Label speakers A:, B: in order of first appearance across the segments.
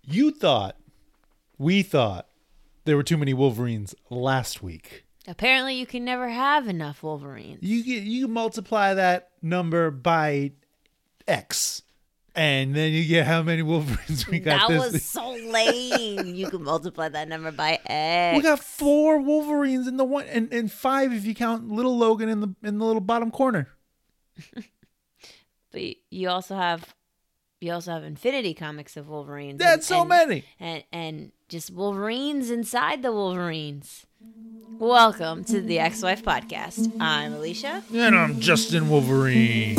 A: You thought, we thought, there were too many Wolverines last week.
B: Apparently, you can never have enough Wolverines.
A: You get you multiply that number by X, and then you get how many Wolverines we got.
B: That
A: this
B: was so lame. you can multiply that number by X.
A: We got four Wolverines in the one, and, and five if you count little Logan in the in the little bottom corner.
B: but y- you also have you also have Infinity Comics of Wolverines.
A: That's
B: and-
A: so
B: and-
A: many.
B: and and just Wolverines inside the Wolverines. Welcome to the Ex-Wife Podcast. I'm Alicia.
A: And I'm Justin Wolverine.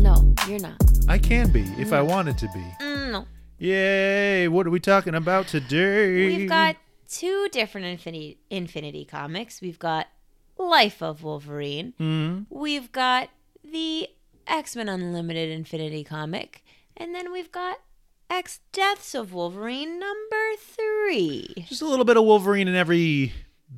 B: No, you're not.
A: I can be if I wanted to be.
B: Mm, no,
A: Yay! What are we talking about today?
B: we've got two different Infinity Infinity comics. We've got Life of Wolverine.
A: Mhm.
B: We've got the X-Men Unlimited Infinity comic, and then we've got X Deaths of Wolverine number three.
A: just a little bit of Wolverine in every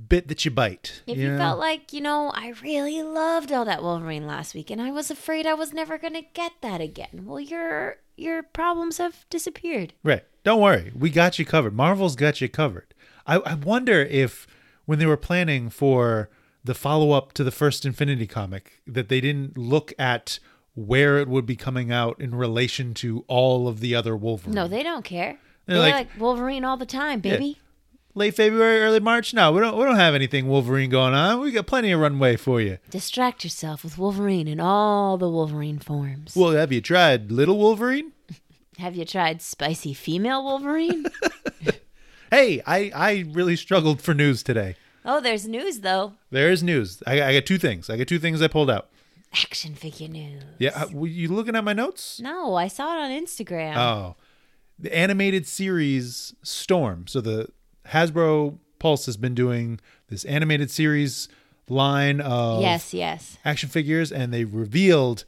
A: bit that you bite.
B: If
A: Yeah.
B: you felt like, you know, I really loved all that Wolverine last week and I was afraid I was never going to get that again. Well, your your problems have disappeared.
A: Right. Don't worry. We got you covered. Marvel's got you covered. I, I wonder if when they were planning for the follow up to the first Infinity comic, that they didn't look at where it would be coming out in relation to all of the other Wolverine.
B: No, they don't care.
A: They're
B: They're like,
A: like-
B: Wolverine all the time, baby.
A: Late February, early March. No, we don't. We don't have anything Wolverine going on. We got plenty of runway for you.
B: Distract yourself with Wolverine in all the Wolverine forms.
A: Well, have you tried Little Wolverine?
B: have you tried spicy female Wolverine?
A: Hey, I I really struggled for news today.
B: oh, there's news though.
A: There is news. I, I got two things. I got two things I pulled out.
B: Action figure news.
A: Yeah, uh, were you looking at my notes?
B: No, I saw it on Instagram.
A: Oh, the animated series Storm. So the Hasbro Pulse has been doing this animated series line of
B: yes, yes.
A: action figures, and they revealed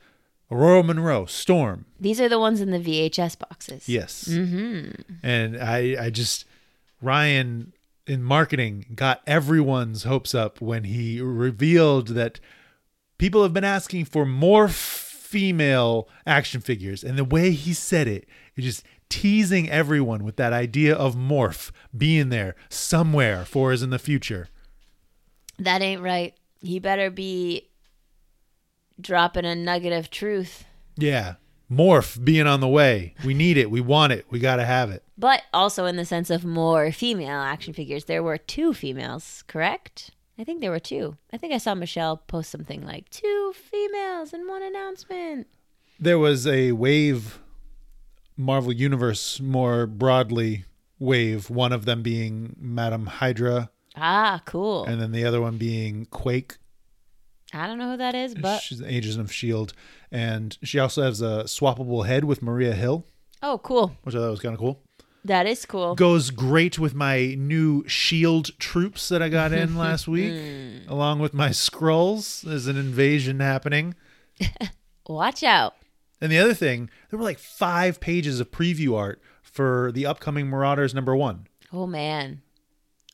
A: Aurora Monroe Storm.
B: These are the ones in the VHS boxes.
A: Yes. Mm-hmm. And I, I just Ryan in marketing got everyone's hopes up when he revealed that people have been asking for more female action figures, and the way he said it, it just teasing everyone with that idea of morph being there somewhere for us in the future.
B: That ain't right. He better be dropping a nugget of truth.
A: Yeah. Morph being on the way. We need it. We want it. We got to have it.
B: But also in the sense of more female action figures. There were two females, correct? I think there were two. I think I saw Michelle post something like two females in one announcement.
A: there was a wave marvel universe more broadly wave one of them being madam hydra
B: Ah, cool.
A: and then the other one being quake
B: I don't know who that is, but
A: she's the agent of shield E and she also has a swappable head with maria hill
B: oh, cool.
A: which i thought was kind of cool
B: That is cool.
A: goes great with my new shield E troops that i got in last week along with my scrolls there's an invasion happening
B: Watch out.
A: And the other thing, there were like five pages of preview art for the upcoming Marauders number one.
B: Oh man.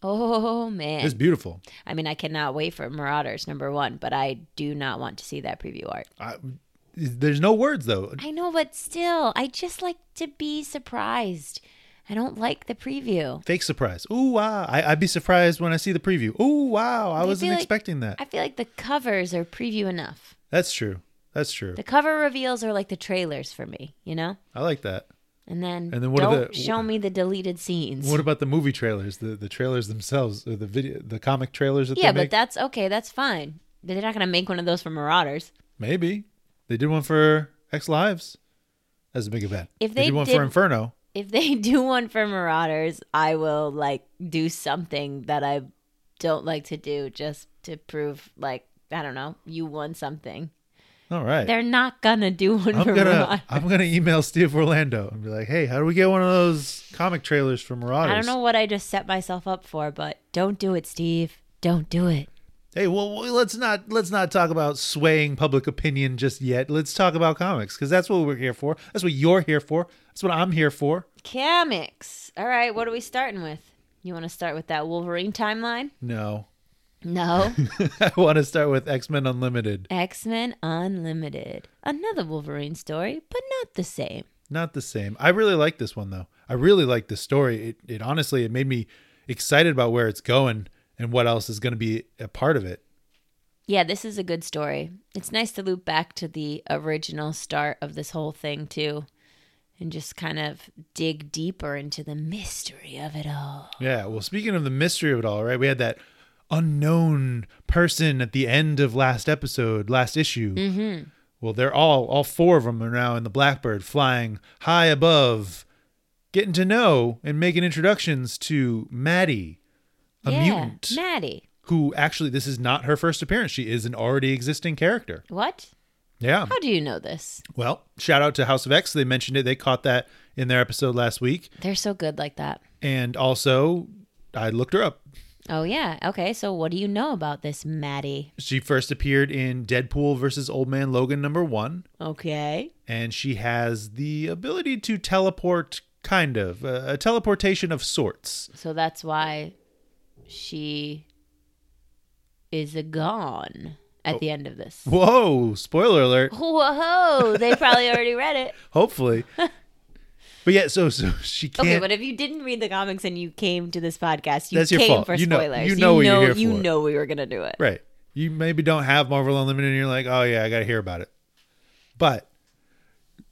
B: Oh
A: It's
B: man.
A: beautiful.
B: I mean, I cannot wait for Marauders number 1, but I do not want to see that preview art.
A: I, there's no words though.
B: I know, but still, I just like to be surprised. I don't like the preview.
A: Fake surprise. Ooh wow! I, I'd be surprised when I see the preview. Ooh wow! I
B: They'd
A: wasn't
B: be like-
A: expecting that.
B: I feel like the covers are preview enough.
A: That's true. That's true.
B: The cover reveals are like the trailers for me, you know?
A: I like that.
B: And then,
A: And then what are
B: don't
A: the-
B: show me the deleted scenes.
A: What about the movie trailers? The the trailers themselves, or the video, the comic trailers that
B: yeah,
A: they make.
B: but that's okay. That's fine. But they're not going to make one of those for Marauders.
A: Maybe they did one for X Lives. That's a big event.
B: If
A: they
B: they
A: did one
B: did-
A: for Inferno,
B: If they do one for Marauders, I will like do something that I don't like to do just to prove like I don't know, you won something.
A: all right.
B: They're not gonna do one
A: I'm
B: for
A: gonna
B: Marauders.
A: I'm gonna email Steve Orlando and be like, hey, how do we get one of those comic trailers for Marauders?
B: I don't know what I just set myself up for, but don't do it, Steve. Don't do it.
A: Hey, well, well, let's not let's not talk about swaying public opinion just yet. Let's talk about comics because that's what we're here for. That's what you're here for. That's what I'm here for.
B: Comics. All right, what are we starting with? You want to start with that Wolverine timeline?
A: No,
B: No.
A: I want to start with X Men Unlimited.
B: X Men Unlimited. Another Wolverine story, but not the same.
A: Not the same. I really like this one though. I really like the story. It, it honestly it made me excited about where it's going and what else is going to be a part of it.
B: Yeah, this is a good story. It's nice to loop back to the original start of this whole thing, too, and just kind of dig deeper into the mystery of it all.
A: Yeah. Well, speaking of the mystery of it all, right? We had that unknown person at the end of last episode, last issue.
B: Mm-hmm.
A: Well, they're all all four of them are now in the Blackbird, flying high above, getting to know and making introductions to Maddie, a
B: yeah.
A: mutant
B: Maddie.
A: who actually this is not her first appearance. She is an already existing character.
B: What?
A: Yeah.
B: How do you know this?
A: Well, shout out to House of X. They mentioned it. They caught that in their episode last week.
B: They're so good like that.
A: And also, I looked her up.
B: Oh, yeah. Okay, so what do you know about this Maddie?
A: She first appeared in Deadpool versus Old Man Logan number one,
B: Okay.
A: and she has the ability to teleport, kind of a, a teleportation of sorts.
B: So that's why she is a gone
A: Oh.
B: at the end of this.
A: Whoa! Spoiler alert.
B: Whoa, they probably already read it.
A: Hopefully, but yeah. So so she can't.
B: Okay, but if you didn't read the comics and you came to this podcast, you
A: That's your
B: came
A: fault.
B: for
A: You know-
B: spoilers.
A: you know what you're here
B: you
A: for.
B: know we were gonna do it.
A: Right. You maybe don't have Marvel Unlimited and you're like, oh yeah, I gotta hear about it. But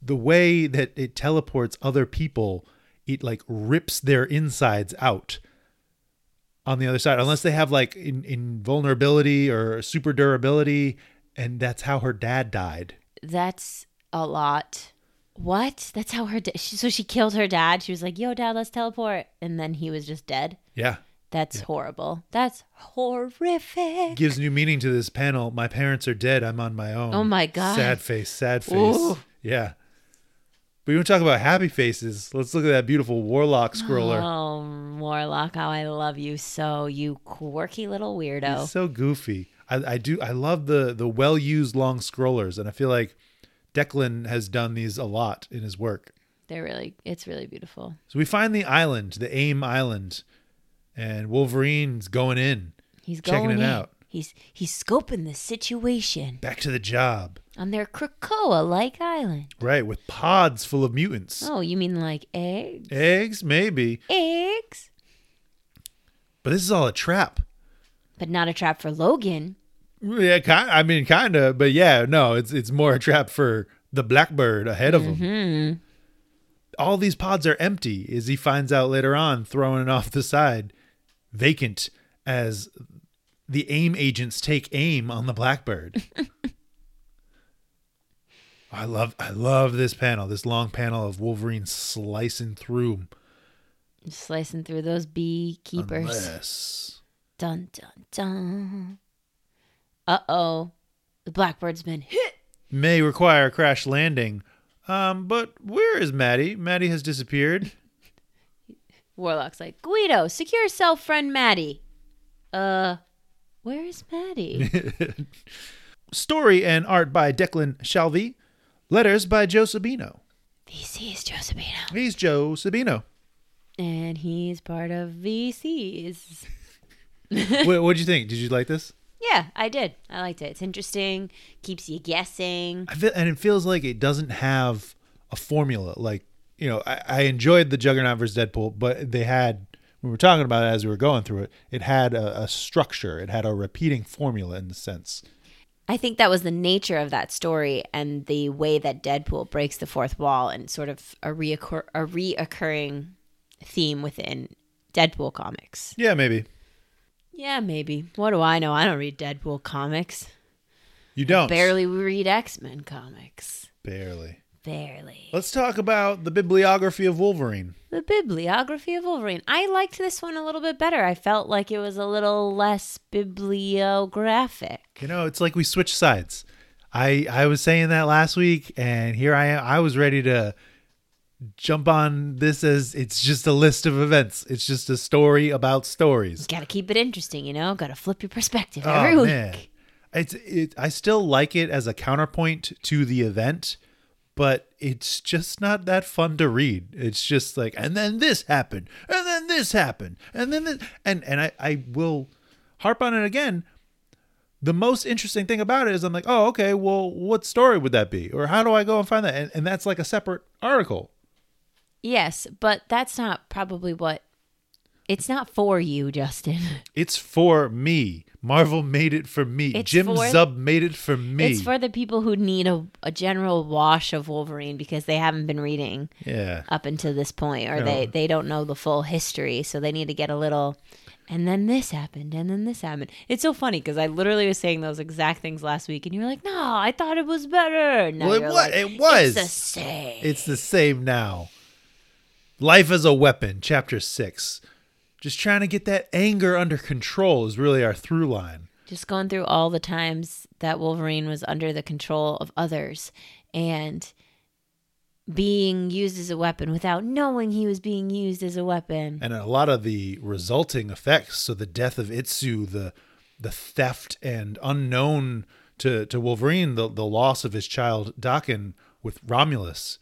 A: the way that it teleports other people, it like rips their insides out on the other side, unless they have like in, invulnerability or super durability. And that's how her dad died.
B: That's a lot. What? That's how her. Da- she, so she killed her dad. She was like, "Yo, dad, let's teleport," and then he was just dead.
A: Yeah.
B: That's horrible. That's horrific.
A: Gives new meaning to this panel. My parents are dead. I'm on my own.
B: Oh my God.
A: Sad face, sad face.
B: Ooh.
A: Yeah. But you want to talk about happy faces? Let's look at that beautiful warlock scroller.
B: Oh, Warlock, how I love you so, you quirky little
A: He's
B: weirdo.
A: so goofy. I, I do. I love the the well used long scrollers, and I feel like Declan has done these a lot in his work.
B: They're really, it's really beautiful.
A: So we find the island, the AIM Island, and Wolverine's going in,
B: He's going
A: Checking it
B: in.
A: out.
B: He's he's scoping the situation
A: back to the job,
B: on their Krakoa-like island.
A: right? With pods full of mutants,
B: Oh, you mean like eggs?
A: eggs maybe,
B: Eggs,
A: but this is all a trap.
B: but not a trap for Logan.
A: Yeah, kind. I mean, kind of, but yeah, no, it's it's more a trap for the blackbird ahead of him.
B: Hmm.
A: all these pods are empty, as he finds out later on, throwing it off the side, vacant as the AIM agents take aim on the Blackbird. I love I love this panel, this long panel of Wolverine slicing through
B: Slicing through those beekeepers.
A: Unless-
B: Dun dun dun. Uh oh, the blackbird's been hit.
A: May require a crash landing. Um, but where is Maddie? Maddie has disappeared.
B: Warlock's like, Guido, secure cell friend Maddie. Uh, where is Maddie?
A: Story and art by Declan Shalvey. Letters by Joe Sabino.
B: VC is Josephina.
A: He's Joe Sabino.
B: And he's part of VC's.
A: what what'd you think? Did you like this?
B: Yeah, I did. I liked it. It's interesting, keeps you guessing.
A: I feel, and it feels like it doesn't have a formula. Like you know, I, I enjoyed the Juggernaut versus Deadpool, but they had we were talking about it as we were going through it. It had a, a structure. It had a repeating formula in the sense.
B: I think that was the nature of that story and the way that Deadpool breaks the fourth wall and sort of a, reoccur- a reoccurring theme within Deadpool comics.
A: Yeah, maybe
B: Yeah, maybe. What do I know? I don't read Deadpool comics.
A: you don't
B: Barely read X Men comics.
A: barely.
B: Barely.
A: Let's talk about the bibliography of Wolverine.
B: The bibliography of Wolverine. I liked this one a little bit better. I felt like it was a little less bibliographic.
A: You know, it's like we switch sides. I I was saying that last week, and here I am. I was ready to jump on this as it's just a list of events. It's just a story about stories.
B: Got to keep it interesting, you know? Got to flip your perspective
A: Oh,
B: every week.
A: man. It's it. I still like it as a counterpoint to the event, but it's just not that fun to read. It's just like, and then this happened, and then this happened, and then this, and and I I will harp on it again. The most interesting thing about it is I'm like, oh, okay, well, what story would that be? Or how do I go and find that? And, and that's like a separate article.
B: Yes, but that's not probably what. It's not for you, Justin.
A: It's for me. Marvel made it for me.
B: It's
A: Jim
B: for-
A: Zub made it for me.
B: It's for the people who need a, a general wash of Wolverine because they haven't been reading
A: yeah.
B: up until this point, or they
A: No.
B: they don't know the full history, so they need to get a little. And then this happened, and then this happened. It's so funny because I literally was saying those exact things last week, and you were like, "No, I thought it was better." No,
A: Well, it
B: you're
A: wa-
B: like,
A: it was.
B: It's the same.
A: It's the same now. Life as a Weapon, Chapter 6. Just trying to get that anger under control is really our through line.
B: just going through all the times that Wolverine was under the control of others and being used as a weapon without knowing he was being used as a weapon.
A: And a lot of the resulting effects, so the death of Itsu, the the theft and unknown to, to Wolverine, the, the loss of his child Dakin with Romulus.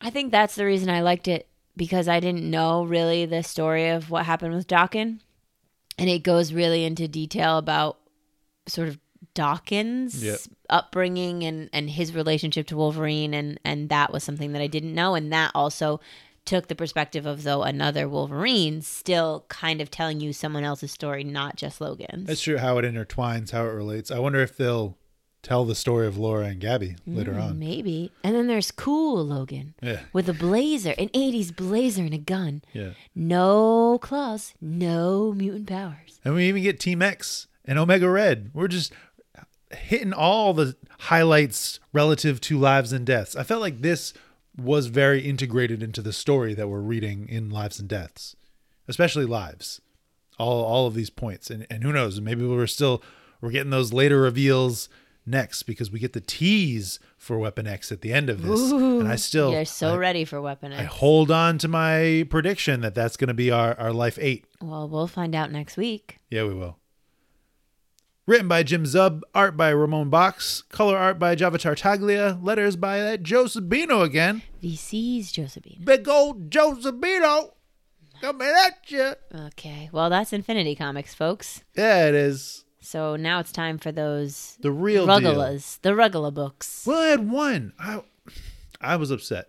B: I think that's the reason I liked it because I didn't know really the story of what happened with Dawkins. And it goes really into detail about sort of Dawkins'
A: Yep.
B: upbringing and, and his relationship to Wolverine. And, and that was something that I didn't know. And that also took the perspective of, though, another Wolverine still kind of telling you someone else's story, not just Logan's.
A: That's true how it intertwines, how it relates. I wonder if they'll tell the story of Laura and Gabby later
B: Mm,
A: on.
B: Maybe. And then there's cool Logan
A: Yeah.
B: with a blazer, an 80s blazer and a gun.
A: Yeah.
B: No claws, no mutant powers.
A: And we even get Team X and Omega Red. We're just hitting all the highlights relative to lives and deaths. I felt like this was very integrated into the story that we're reading in Lives and Deaths, especially Lives. All all of these points, and and who knows? Maybe we're still we're getting those later reveals next because we get the tease for Weapon X at the end of this, and I still
B: You're so
A: I-
B: ready for Weapon
A: I
B: X.
A: hold on to my prediction that that's going to be our, our life eight.
B: well, we'll find out next week.
A: Yeah, we will. Written by Jim Zub, art by Ramon Box, color art by Java Tartaglia, letters by that Josebino again.
B: VC's Josephine.
A: Big old Josebino coming at you.
B: Okay. Well, that's Infinity Comics, folks.
A: Yeah, it is.
B: So now it's time for those
A: The real deal.
B: Ruggalas, the Ruggala books.
A: Well, I had one. I, I was upset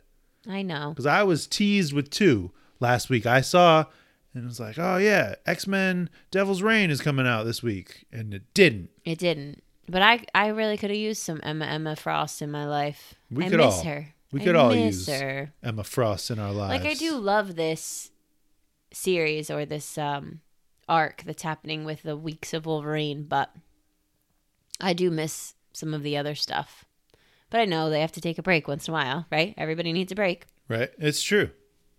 B: I know.
A: because I was teased with two last week. I saw and was like, oh, yeah, X Men Devil's Reign is coming out this week. And it didn't.
B: It didn't. But I, I really could have used some Emma Emma Frost in my life.
A: We
B: I
A: could
B: miss
A: all-
B: her.
A: we
B: I
A: could all use
B: miss her.
A: Emma Frost in our lives.
B: like i do love this series or this um arc that's happening with the weeks of wolverine but i do miss some of the other stuff but i know they have to take a break once in a while right everybody needs a break
A: Right? It's true.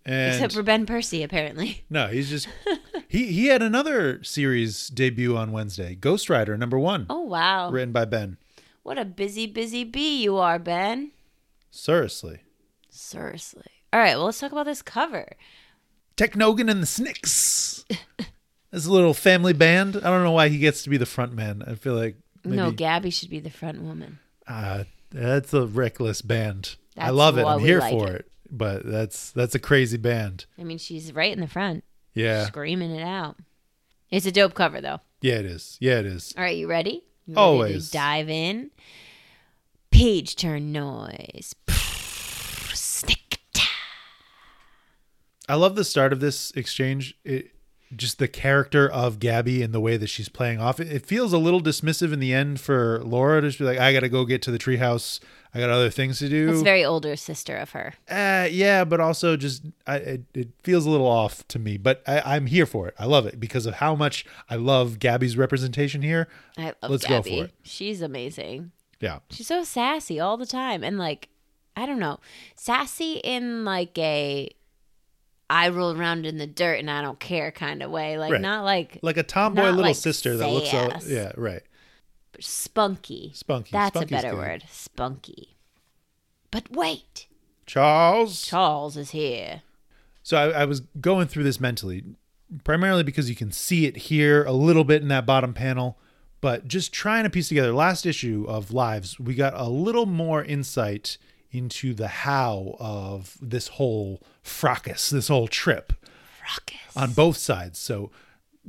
A: And
B: except for ben percy apparently
A: No, he's just he he had another series debut on Wednesday, Ghost Rider number one,
B: oh wow
A: written by Ben.
B: what a busy busy bee you are ben
A: Seriously,
B: seriously all right well let's talk about this cover
A: Technogan and the Snicks. This little family band. I don't know why he gets to be the front man. I feel like maybe
B: no gabby should be the front woman
A: uh, that's a reckless band. I
B: That's
A: love it.
B: why
A: I'm
B: we
A: here
B: like
A: for
B: it.
A: it. But that's that's a crazy band.
B: i mean she's right in the front
A: Yeah,
B: screaming it out it's a dope cover though
A: yeah, it is. Yeah, it is.
B: All right, you ready? You ready to
A: Always.
B: dive in. Page turn noise. Snick.
A: I love the start of this exchange. It just the character of Gabby and the way that she's playing off. It, it feels a little dismissive in the end for Laura to just be like, "I got to go get to the treehouse. I got other things to do."
B: That's very older sister of her.
A: uh, yeah, but also just I, it, it feels a little off to me. But I, I'm here for it. I love it because of how much I love Gabby's representation here.
B: I love
A: Let's go
B: Gabby.
A: for it.
B: She's amazing.
A: Yeah,
B: She's so sassy all the time and like I don't know. Sassy in like a I roll around in the dirt and I don't care kind of way. Like
A: Right.
B: not like
A: like a tomboy
B: Not
A: little
B: like
A: sister that looks out.
B: sass.
A: Yeah, right.
B: spunky.
A: Spunky.
B: That's
A: Spunky's
B: a better
A: good.
B: word. Spunky. But wait.
A: Charles.
B: Charles is here.
A: So I, I was going through this mentally, primarily because you can see it here a little bit in that bottom panel, but just trying to piece together. Last issue of Lives, we got a little more insight into the how of this whole fracas, this whole trip
B: Ruckus.
A: on both sides. So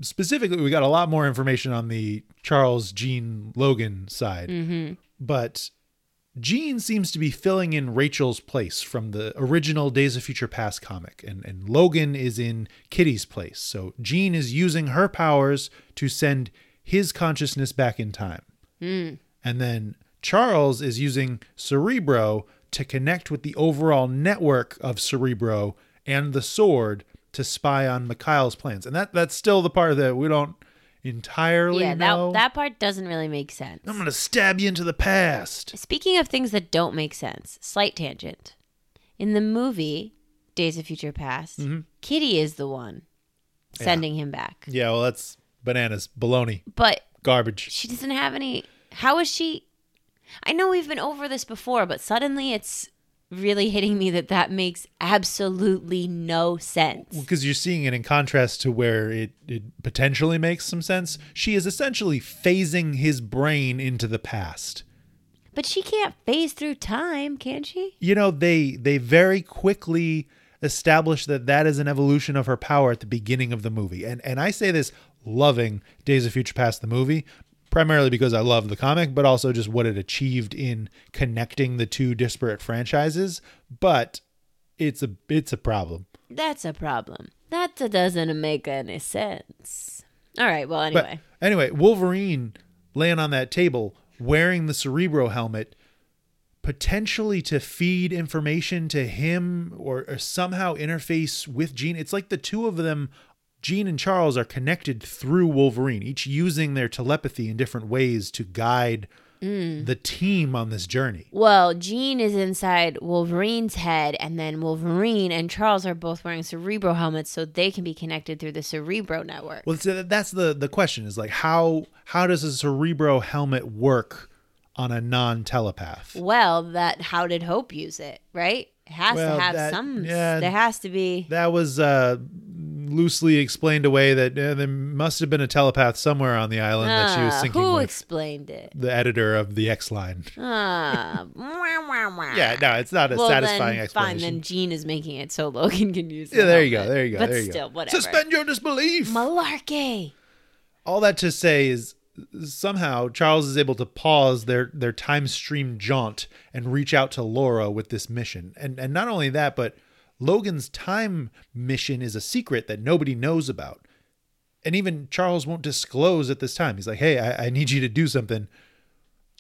A: specifically, we got a lot more information on the Charles Gene Logan side, but Gene seems to be filling in Rachel's place from the original Days of Future Past comic, and, and Logan is in Kitty's place. So Gene is using her powers to send his consciousness back in time.
B: Hmm.
A: And then Charles is using Cerebro to connect with the overall network of Cerebro and the sword to spy on Mikhail's plans. And that that's still the part that we don't entirely
B: yeah,
A: know.
B: that that part doesn't really make sense.
A: I'm going to stab you into the past.
B: Speaking of things that don't make sense, slight tangent. In the movie Days of Future Past,
A: Mm-hmm.
B: Kitty is the one sending him back.
A: Yeah, well, that's bananas, baloney,
B: But
A: garbage.
B: she doesn't have any how is she I know we've been over this before, but suddenly it's really hitting me that that makes absolutely no sense.
A: Because you're seeing it in contrast to where it, it potentially makes some sense. She is essentially phasing his brain into the past.
B: But she can't phase through time, can she?
A: you know they they very quickly establish that that is an evolution of her power at the beginning of the movie and and i say this loving days of future past the movie primarily because i love the comic but also just what it achieved in connecting the two disparate franchises but it's a it's a problem
B: That's a problem. That doesn't make any sense. All right, well
A: but
B: anyway.
A: anyway wolverine laying on that table wearing the cerebro helmet potentially to feed information to him or, or somehow interface with Jean. It's like the two of them, Jean and Charles, are connected through Wolverine, each using their telepathy in different ways to guide the team on this journey.
B: Well, Jean is inside Wolverine's head, and then Wolverine and Charles are both wearing Cerebro helmets, so they can be connected through the Cerebro network.
A: Well, so that's the the question is like how how does a Cerebro helmet work on a non telepath?
B: Well, that how did Hope use it? Right? It has
A: Well,
B: to have
A: that-
B: some.
A: yeah.
B: there has to be.
A: That was uh, loosely explained away that uh, there must have been a telepath somewhere on the island that she was
B: Ah,
A: syncing
B: who
A: with.
B: explained it?
A: the editor of the X line.
B: Ah, wah, wah, wah.
A: Yeah, no, it's not a
B: Well,
A: satisfying
B: then,
A: explanation.
B: Fine, then Jean is making it so Logan can use it.
A: yeah, there you go, there you go,
B: But
A: there you
B: still,
A: go.
B: whatever.
A: Suspend your disbelief.
B: Malarkey.
A: All that to say is somehow Charles is able to pause their their time stream jaunt and reach out to Laura with this mission. And and not only that, but Logan's time mission is a secret that nobody knows about. And even Charles won't disclose at this time. He's like, "Hey, I, I need you to do something,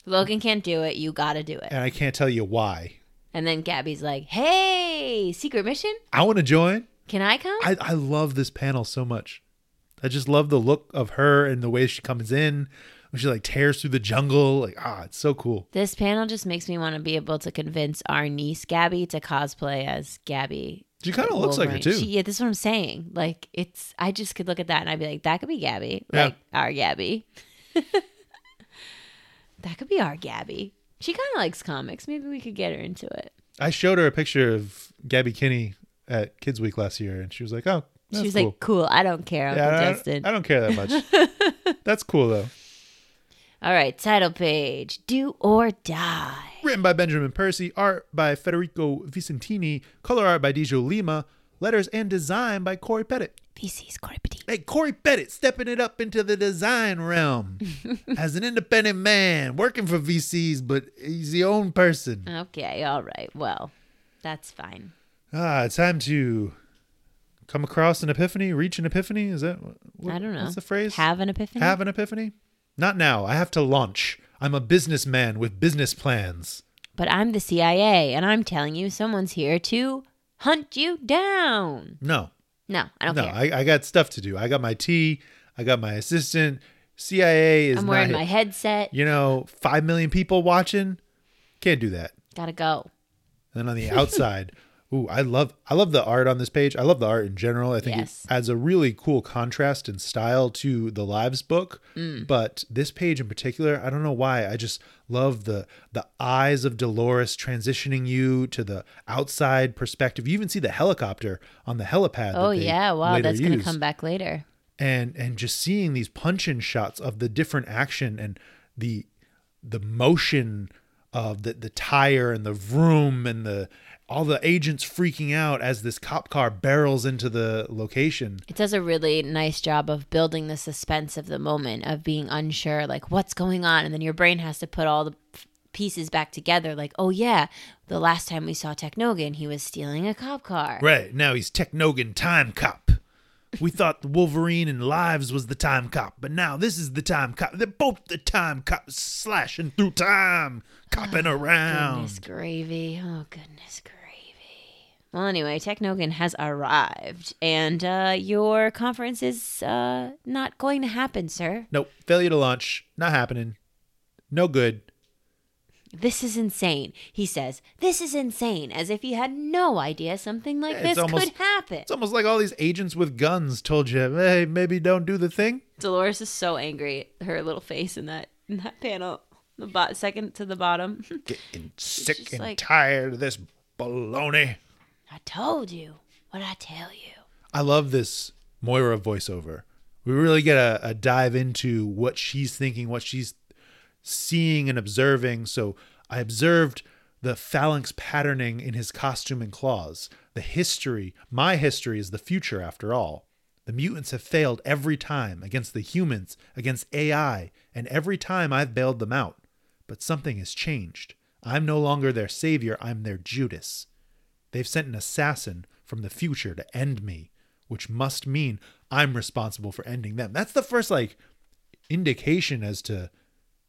B: Logan can't do it. You got to do it.
A: and I can't tell you why.
B: And then Gabby's like, "Hey, secret mission?
A: I want to join."
B: Can I come?"
A: I, I love this panel so much. I just love the look of her and the way she comes in. When she like tears through the jungle, like ah, it's so cool.
B: this panel just makes me want to be able to convince our niece Gabby to cosplay as Gabby.
A: She kind of looks like her
B: Wolverine.
A: too.
B: She, yeah, this is what I'm saying. Like, it's I just could look at that and I'd be like, "That could be Gabby,
A: Yeah.
B: like our Gabby. that could be our Gabby." She kind of likes comics. Maybe we could get her into it.
A: I showed her a picture of Gabby Kinney at Kids Week last year, and she was like, "Oh, that's
B: she was
A: cool."
B: like, "Cool, I don't care, Uncle
A: yeah, I don't-
B: Justin."
A: I don't care that much. that's cool though.
B: All right, title page: Do or Die.
A: Written by Benjamin Percy, art by Federico Vicentini, color art by Dijo Lima, letters and design by Corey Pettit.
B: VC's Corpity.
A: Hey, Corey Pettit stepping it up into the design realm as an independent man working for VCs, but he's the own person.
B: Okay, all right. Well, that's fine.
A: Ah, time to come across an epiphany, reach an epiphany. Is that what,
B: I don't know.
A: What's the phrase?
B: Have an epiphany.
A: Have an epiphany? Not now. I have to launch. I'm a businessman with business plans.
B: But I'm the CIA, and I'm telling you, someone's here to hunt you down.
A: No,
B: No, I don't
A: no,
B: care.
A: I, I got stuff to do. I got my tea. I got my assistant. CIA is
B: I'm wearing
A: not.
B: my headset.
A: you know, five million people watching. Can't do that.
B: Gotta go.
A: And then on the outside, ooh, I love I love the art on this page. I love the art in general. I think
B: Yes.
A: it adds a really cool contrast and style to the lives book.
B: Mm.
A: But this page in particular, I don't know why, I just love the the eyes of Dolores transitioning you to the outside perspective. You even see the helicopter on the helipad.
B: Oh yeah, wow, that's gonna
A: come back
B: come back later.
A: and and just seeing these punch in shots of the different action and the the motion of the the tire and the vroom and the all the agents freaking out as this cop car barrels into the location.
B: It does a really nice job of building the suspense of the moment of being unsure, like what's going on, and then your brain has to put all the p- pieces back together. Like, oh yeah, the last time we saw Technogan, he was stealing a cop car.
A: Right now he's Technogan Time Cop. We thought the Wolverine in Lives was the Time Cop, but now this is the Time Cop. They're both the Time Cop, slashing through time, copping around.
B: Goodness gravy! Oh goodness gravy! Well, anyway, Technogan has arrived, and uh, your conference is uh, not going to happen, sir.
A: Nope, failure to launch, not happening. No good.
B: This is insane, he says. This is insane, as if he had no idea something like
A: Yeah, it's
B: this
A: almost-
B: could happen.
A: It's almost like all these agents with guns told you, hey, maybe don't do the thing.
B: Dolores is so angry. Her little face in that in that panel, the bo- second to the bottom.
A: Getting sick
B: just
A: and
B: like-
A: tired of this baloney.
B: I told you. What did I tell you?
A: I love this Moira voiceover. We really get a, a dive into what she's thinking, what she's seeing and observing. So I observed the phalanx patterning in his costume and claws. The history, my history is the future after all. The mutants have failed every time against the humans, against AI, and every time I've bailed them out. But something has changed. I'm no longer their savior, I'm their Judas. They've sent an assassin from the future to end me, which must mean I'm responsible for ending them. That's the first like indication as to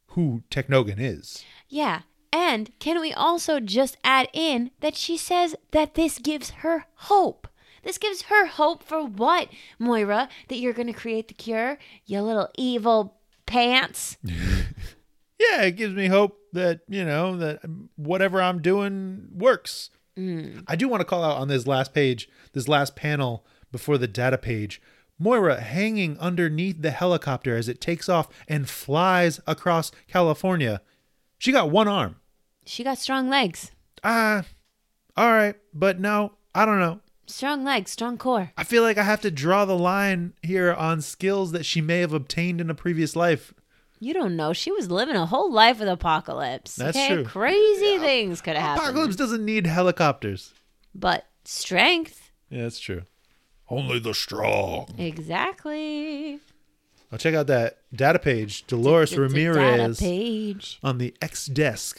A: who Technogan is.
B: Yeah. And can we also just add in that she says that this gives her hope? This gives her hope for what, Moira? That you're going to create the cure? You little evil pants.
A: Yeah, it gives me hope that, you know, that whatever I'm doing works. I do want to call out on this last page, this last panel before the data page, Moira hanging underneath the helicopter as it takes off and flies across California. She got one arm.
B: She got strong legs.
A: ah, all right, but no, I don't know.
B: Strong legs, strong core.
A: I feel like I have to draw the line here on skills that she may have obtained in a previous life.
B: You don't know. She was living a whole life with apocalypse.
A: That's
B: okay?
A: true.
B: Crazy things could have happened.
A: Apocalypse doesn't need helicopters.
B: But strength.
A: Yeah, that's true. Only the strong.
B: Exactly.
A: I'll check out that data page, Dolores
B: It's a data
A: Ramirez
B: page.
A: on the X desk.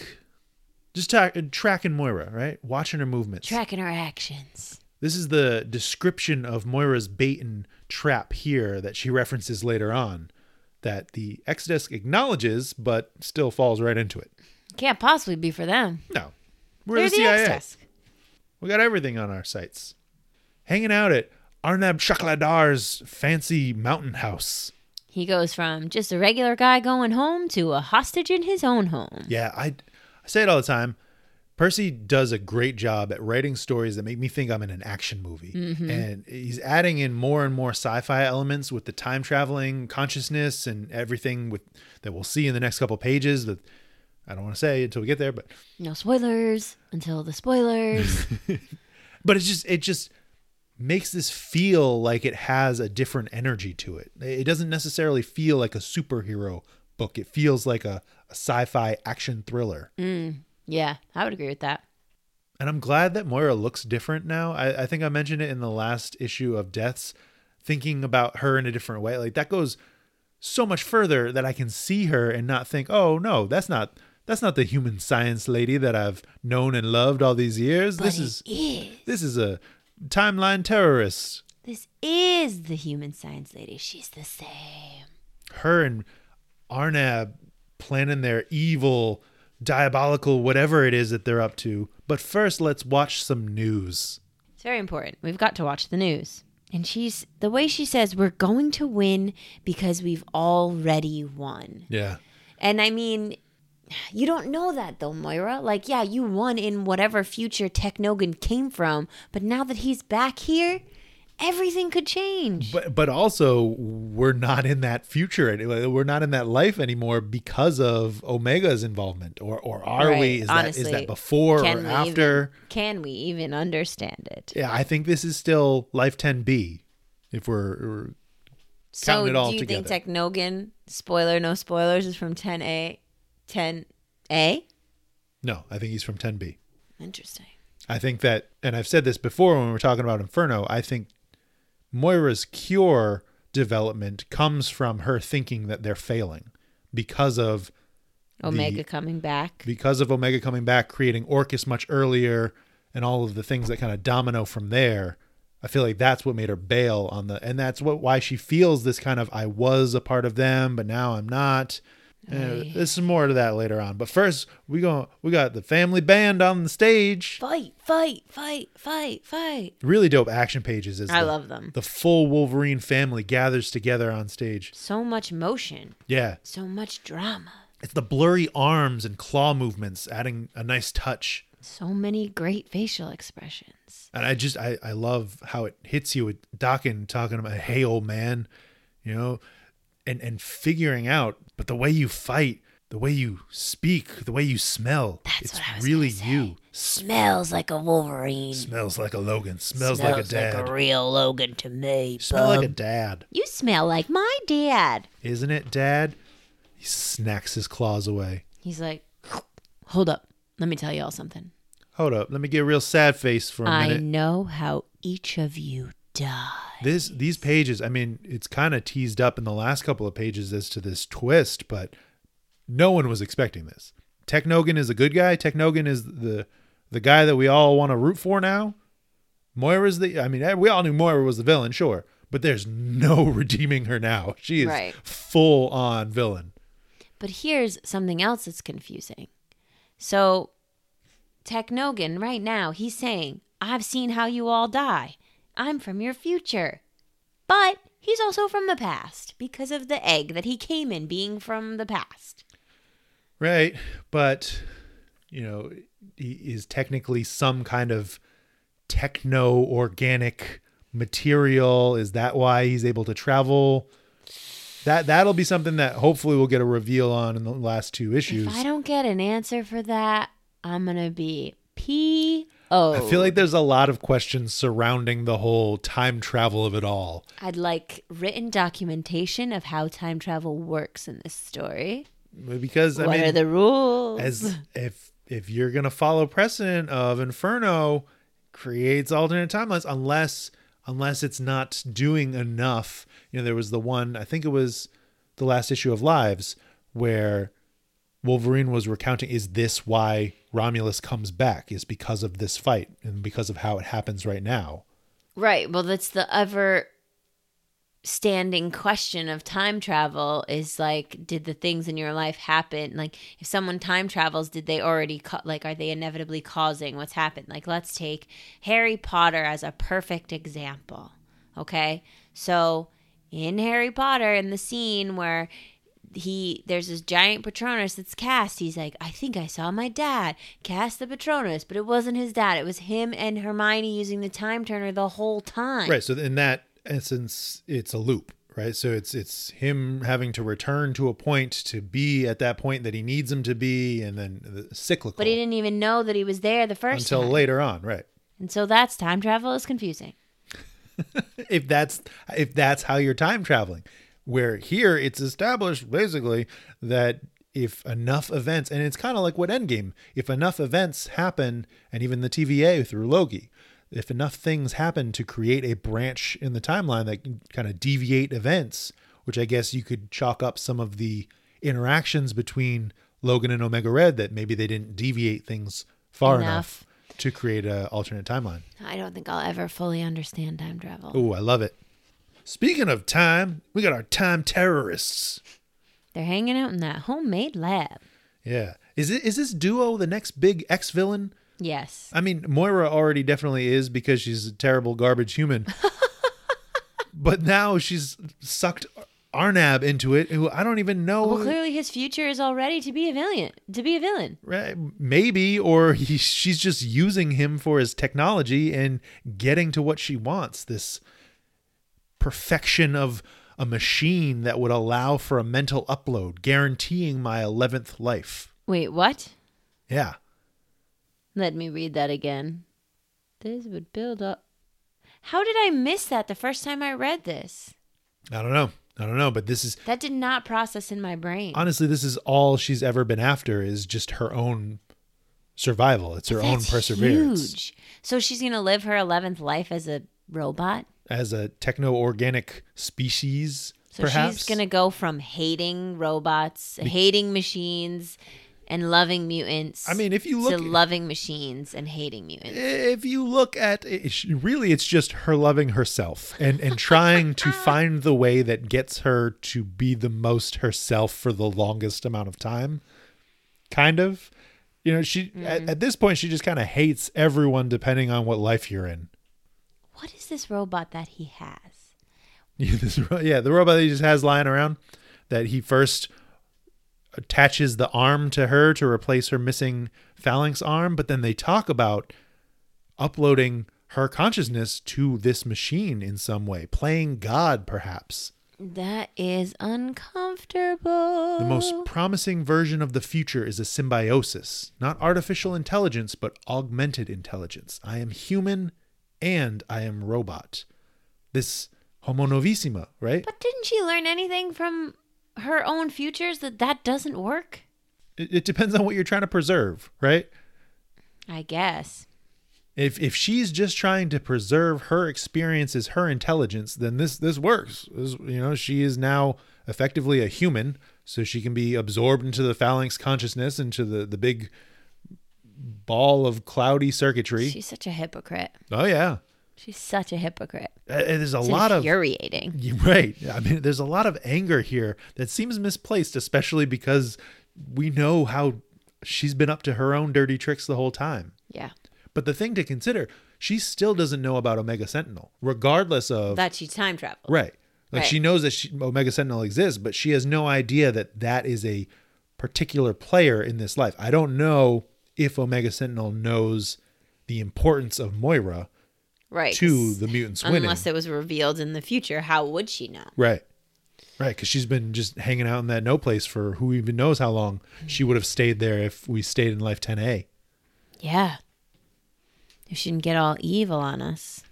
A: Just ta- tracking Moira, right? Watching her movements.
B: Tracking her actions.
A: This is the description of Moira's bait and trap here that she references later on, that the X desk acknowledges but still falls right into it.
B: Can't possibly be for them.
A: No, we're
B: They're
A: the
B: the X
A: CIA.
B: desk.
A: We got everything on our sites. Hanging out at Arnab Shakladar's fancy mountain house.
B: He goes from just a regular guy going home to a hostage in his own home.
A: Yeah, I, I say it all the time. Percy does a great job at writing stories that make me think I'm in an action movie. And he's adding in more and more sci-fi elements with the time traveling consciousness and everything with that we'll see in the next couple pages that I don't want to say until we get there, but
B: No spoilers until the spoilers.
A: but it's just it just makes this feel like it has a different energy to it. It doesn't necessarily feel like a superhero book. It feels like a, a sci-fi action thriller.
B: yeah, I would agree with that.
A: And I'm glad that Moira looks different now. I, I think I mentioned it in the last issue of Deaths, thinking about her in a different way. Like that goes so much further that I can see her and not think, oh no, that's not that's not the human science lady that I've known and loved all these years.
B: But
A: this
B: it
A: is
B: is.
A: this is a timeline terrorist.
B: This is the human science lady. She's the same.
A: her and Arnab planning their evil, diabolical, whatever it is that they're up to. But first, let's watch some news.
B: It's very important. We've got to watch the news. And she's the way she says, we're going to win because we've already won.
A: Yeah.
B: And I mean, you don't know that though, Moira. Like, yeah, you won in whatever future Technogan came from, but now that he's back here, everything could change.
A: But but also, we're not in that future. any- We're not in that life anymore because of Omega's involvement. Or or are we?
B: Right,
A: Is that is
B: honestly,
A: that before
B: can
A: or
B: we
A: after?
B: Can we even understand it?
A: Yeah, I think this is still life 10B. If we're, we're
B: So,
A: Counting it all
B: do you
A: together.
B: think Technogan, spoiler, no spoilers, is from 10A? 10A?
A: no, I think he's from 10B.
B: Interesting.
A: I think that, and I've said this before when we were talking about Inferno, I think Moira's cure development comes from her thinking that they're failing because of
B: Omega coming back.
A: because of Omega coming back, creating Orcus much earlier, and all of the things that kind of domino from there. I feel like that's what made her bail on the, and that's what why she feels this kind of I was a part of them, but now I'm not. Uh,
B: Aye.
A: this is more to that later on, but first we go we got the family band on the stage.
B: Fight, fight, fight, fight, fight.
A: Really dope action pages. Is
B: I
A: the,
B: love them.
A: the full Wolverine family gathers together on stage.
B: So much motion,
A: Yeah,
B: so much drama,
A: it's the blurry arms and claw movements adding a nice touch.
B: so many great facial expressions.
A: And I just I, I love how it hits you with Dokken talking about hey old man, you know, and and figuring out but the way you fight, the way you speak, the way you smell,
B: That's
A: it's
B: what I was
A: really
B: gonna say.
A: you. S-
B: Smells like a Wolverine.
A: smells like a Logan, smells, like a dad.
B: real Logan to me.
A: smell like a dad.
B: you smell like my dad.
A: Isn't it dad? He snacks his claws away.
B: He's like, hold up. Let me tell you all something.
A: Hold up, let me get a real sad face for a
B: I
A: minute.
B: know how each of you died.
A: This these pages, I mean, it's kind of teased up in the last couple of pages as to this twist, but no one was expecting this. Technogan is a good guy. Technogan is the the guy that we all want to root for now. Moira's the I mean, eh, we all knew Moira was the villain, sure, but there's no redeeming her now. She is
B: Right.
A: full on villain.
B: But here's something else that's confusing. So, Technogan, right now, he's saying, I've seen how you all die. I'm from your future. But he's also from the past because of the egg that he came in being from the past.
A: Right, but you know, he is technically some kind of techno organic material. Is that why he's able to travel? That that'll be something that hopefully we'll get a reveal on in the last two issues.
B: If I don't get an answer for that, I'm going to be P.O.
A: I feel like there's a lot of questions surrounding the whole time travel of it all.
B: I'd like written documentation of how time travel works in this story.
A: Because I
B: what
A: mean,
B: are the rules?
A: as if if you're gonna follow precedent of Inferno creates alternate timelines unless unless it's not doing enough. You know, there was the one I think it was the last issue of Lives where Wolverine was recounting is this why Romulus comes back is because of this fight and because of how it happens right now.
B: Right. Well, that's the ever standing question of time travel is like, did the things in your life happen? Like, if someone time travels, did they already, ca- like, are they inevitably causing what's happened? Like, let's take Harry Potter as a perfect example. Okay. So, in Harry Potter, in the scene where he there's this giant patronus that's cast he's like i think i saw my dad cast the patronus but it wasn't his dad it was him and hermione using the time turner the whole time
A: Right. So in that essence, it's a loop, right? So it's it's him having to return to a point to be at that point that he needs him to be, and then the cyclical.
B: but he didn't even know that he was there the first
A: until
B: time
A: later on, right?
B: and so that's time travel is confusing
A: If that's if that's how you're time traveling, where here it's established basically that if enough events, and it's kind of like what Endgame, if enough events happen, and even the TVA through Loki, if enough things happen to create a branch in the timeline that can kind of deviate events, which I guess you could chalk up some of the interactions between Logan and Omega Red that maybe they didn't deviate things far enough,
B: Enough.
A: to create a alternate timeline.
B: i don't think i'll ever fully understand time travel
A: Oh, I love it. Speaking of time, we got our time terrorists.
B: they're hanging out in that homemade lab
A: Yeah. Is it is this duo the next big X villain?
B: yes
A: I mean, Moira already definitely is because she's a terrible garbage human. but now she's sucked Arnab into it, who I don't even know.
B: well clearly his future is already to be a villain to be a villain
A: Right, Maybe, or he, she's just using him for his technology and getting to what she wants this perfection of a machine that would allow for a mental upload, guaranteeing my 11th life.
B: wait what
A: Yeah.
B: Let me read that again. This would build up. How did I miss that the first time I read this?
A: I don't know. I don't know, but this is
B: That did not process in my brain.
A: honestly, this is all she's ever been after is just her own survival. It's her own
B: That's
A: perseverance
B: Huge. So she's gonna live her eleventh life as a robot.
A: as a techno-organic species.
B: So
A: perhaps
B: she's gonna go from hating robots, hating machines, and loving mutants.
A: I mean, if you look-
B: to loving machines and hating mutants,
A: if you look at it, she- really it's just her loving herself and and trying to find the way that gets her to be the most herself for the longest amount of time kind of you know she at, at this point she just kind of hates everyone depending on what life you're in
B: what is this robot that he has?
A: yeah, this ro- yeah the robot that he just has lying around that he first attaches the arm to her to replace her missing phalanx arm but then they talk about uploading her consciousness to this machine in some way playing god perhaps
B: That is uncomfortable.
A: the most promising version of the future is a symbiosis not artificial intelligence but augmented intelligence i am human and i am robot this homo novissima right
B: But didn't she learn anything from her own futures that that doesn't work?
A: it, it depends on what you're trying to preserve, right?
B: I guess.
A: If if she's just trying to preserve her experiences, her intelligence, then this this works. This- you know, she is now effectively a human, so she can be absorbed into the phalanx consciousness, into the the big ball of cloudy circuitry.
B: She's such a hypocrite.
A: oh yeah,
B: She's such a hypocrite.
A: Uh, there's a
B: It's
A: lot of
B: infuriating.
A: You're Right. I mean, there's a lot of anger here that seems misplaced, especially because we know how she's been up to her own dirty tricks the whole time.
B: Yeah.
A: But the thing to consider, she still doesn't know about Omega Sentinel, regardless of
B: That she time traveled.
A: right. Like
B: Right.
A: she knows that she, Omega Sentinel exists, but she has no idea that that is a particular player in this life. I don't know if Omega Sentinel knows the importance of Moira
B: Right.
A: to the mutants winning.
B: Unless it was revealed in the future, how would she know?
A: Right. Right, because she's been just hanging out in that no place for who even knows how long. She
B: Mm-hmm.
A: would have stayed there if we stayed in Life 10A.
B: Yeah. You shouldn't get all evil on us.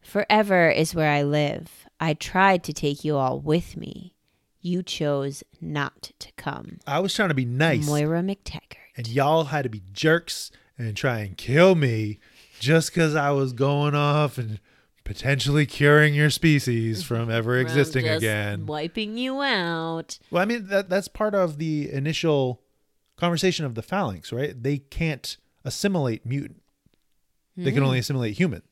B: Forever is where I live. I tried to take you all with me. You chose not to come.
A: I was trying to be nice,
B: Moira McTaggart.
A: and y'all had to be jerks and try and kill me just because I was going off and potentially curing your species from ever existing
B: Just
A: again.
B: Wiping you out.
A: Well, I mean that that's part of the initial conversation of the phalanx, right? They can't assimilate mutant. They can
B: Hmm.
A: only assimilate human.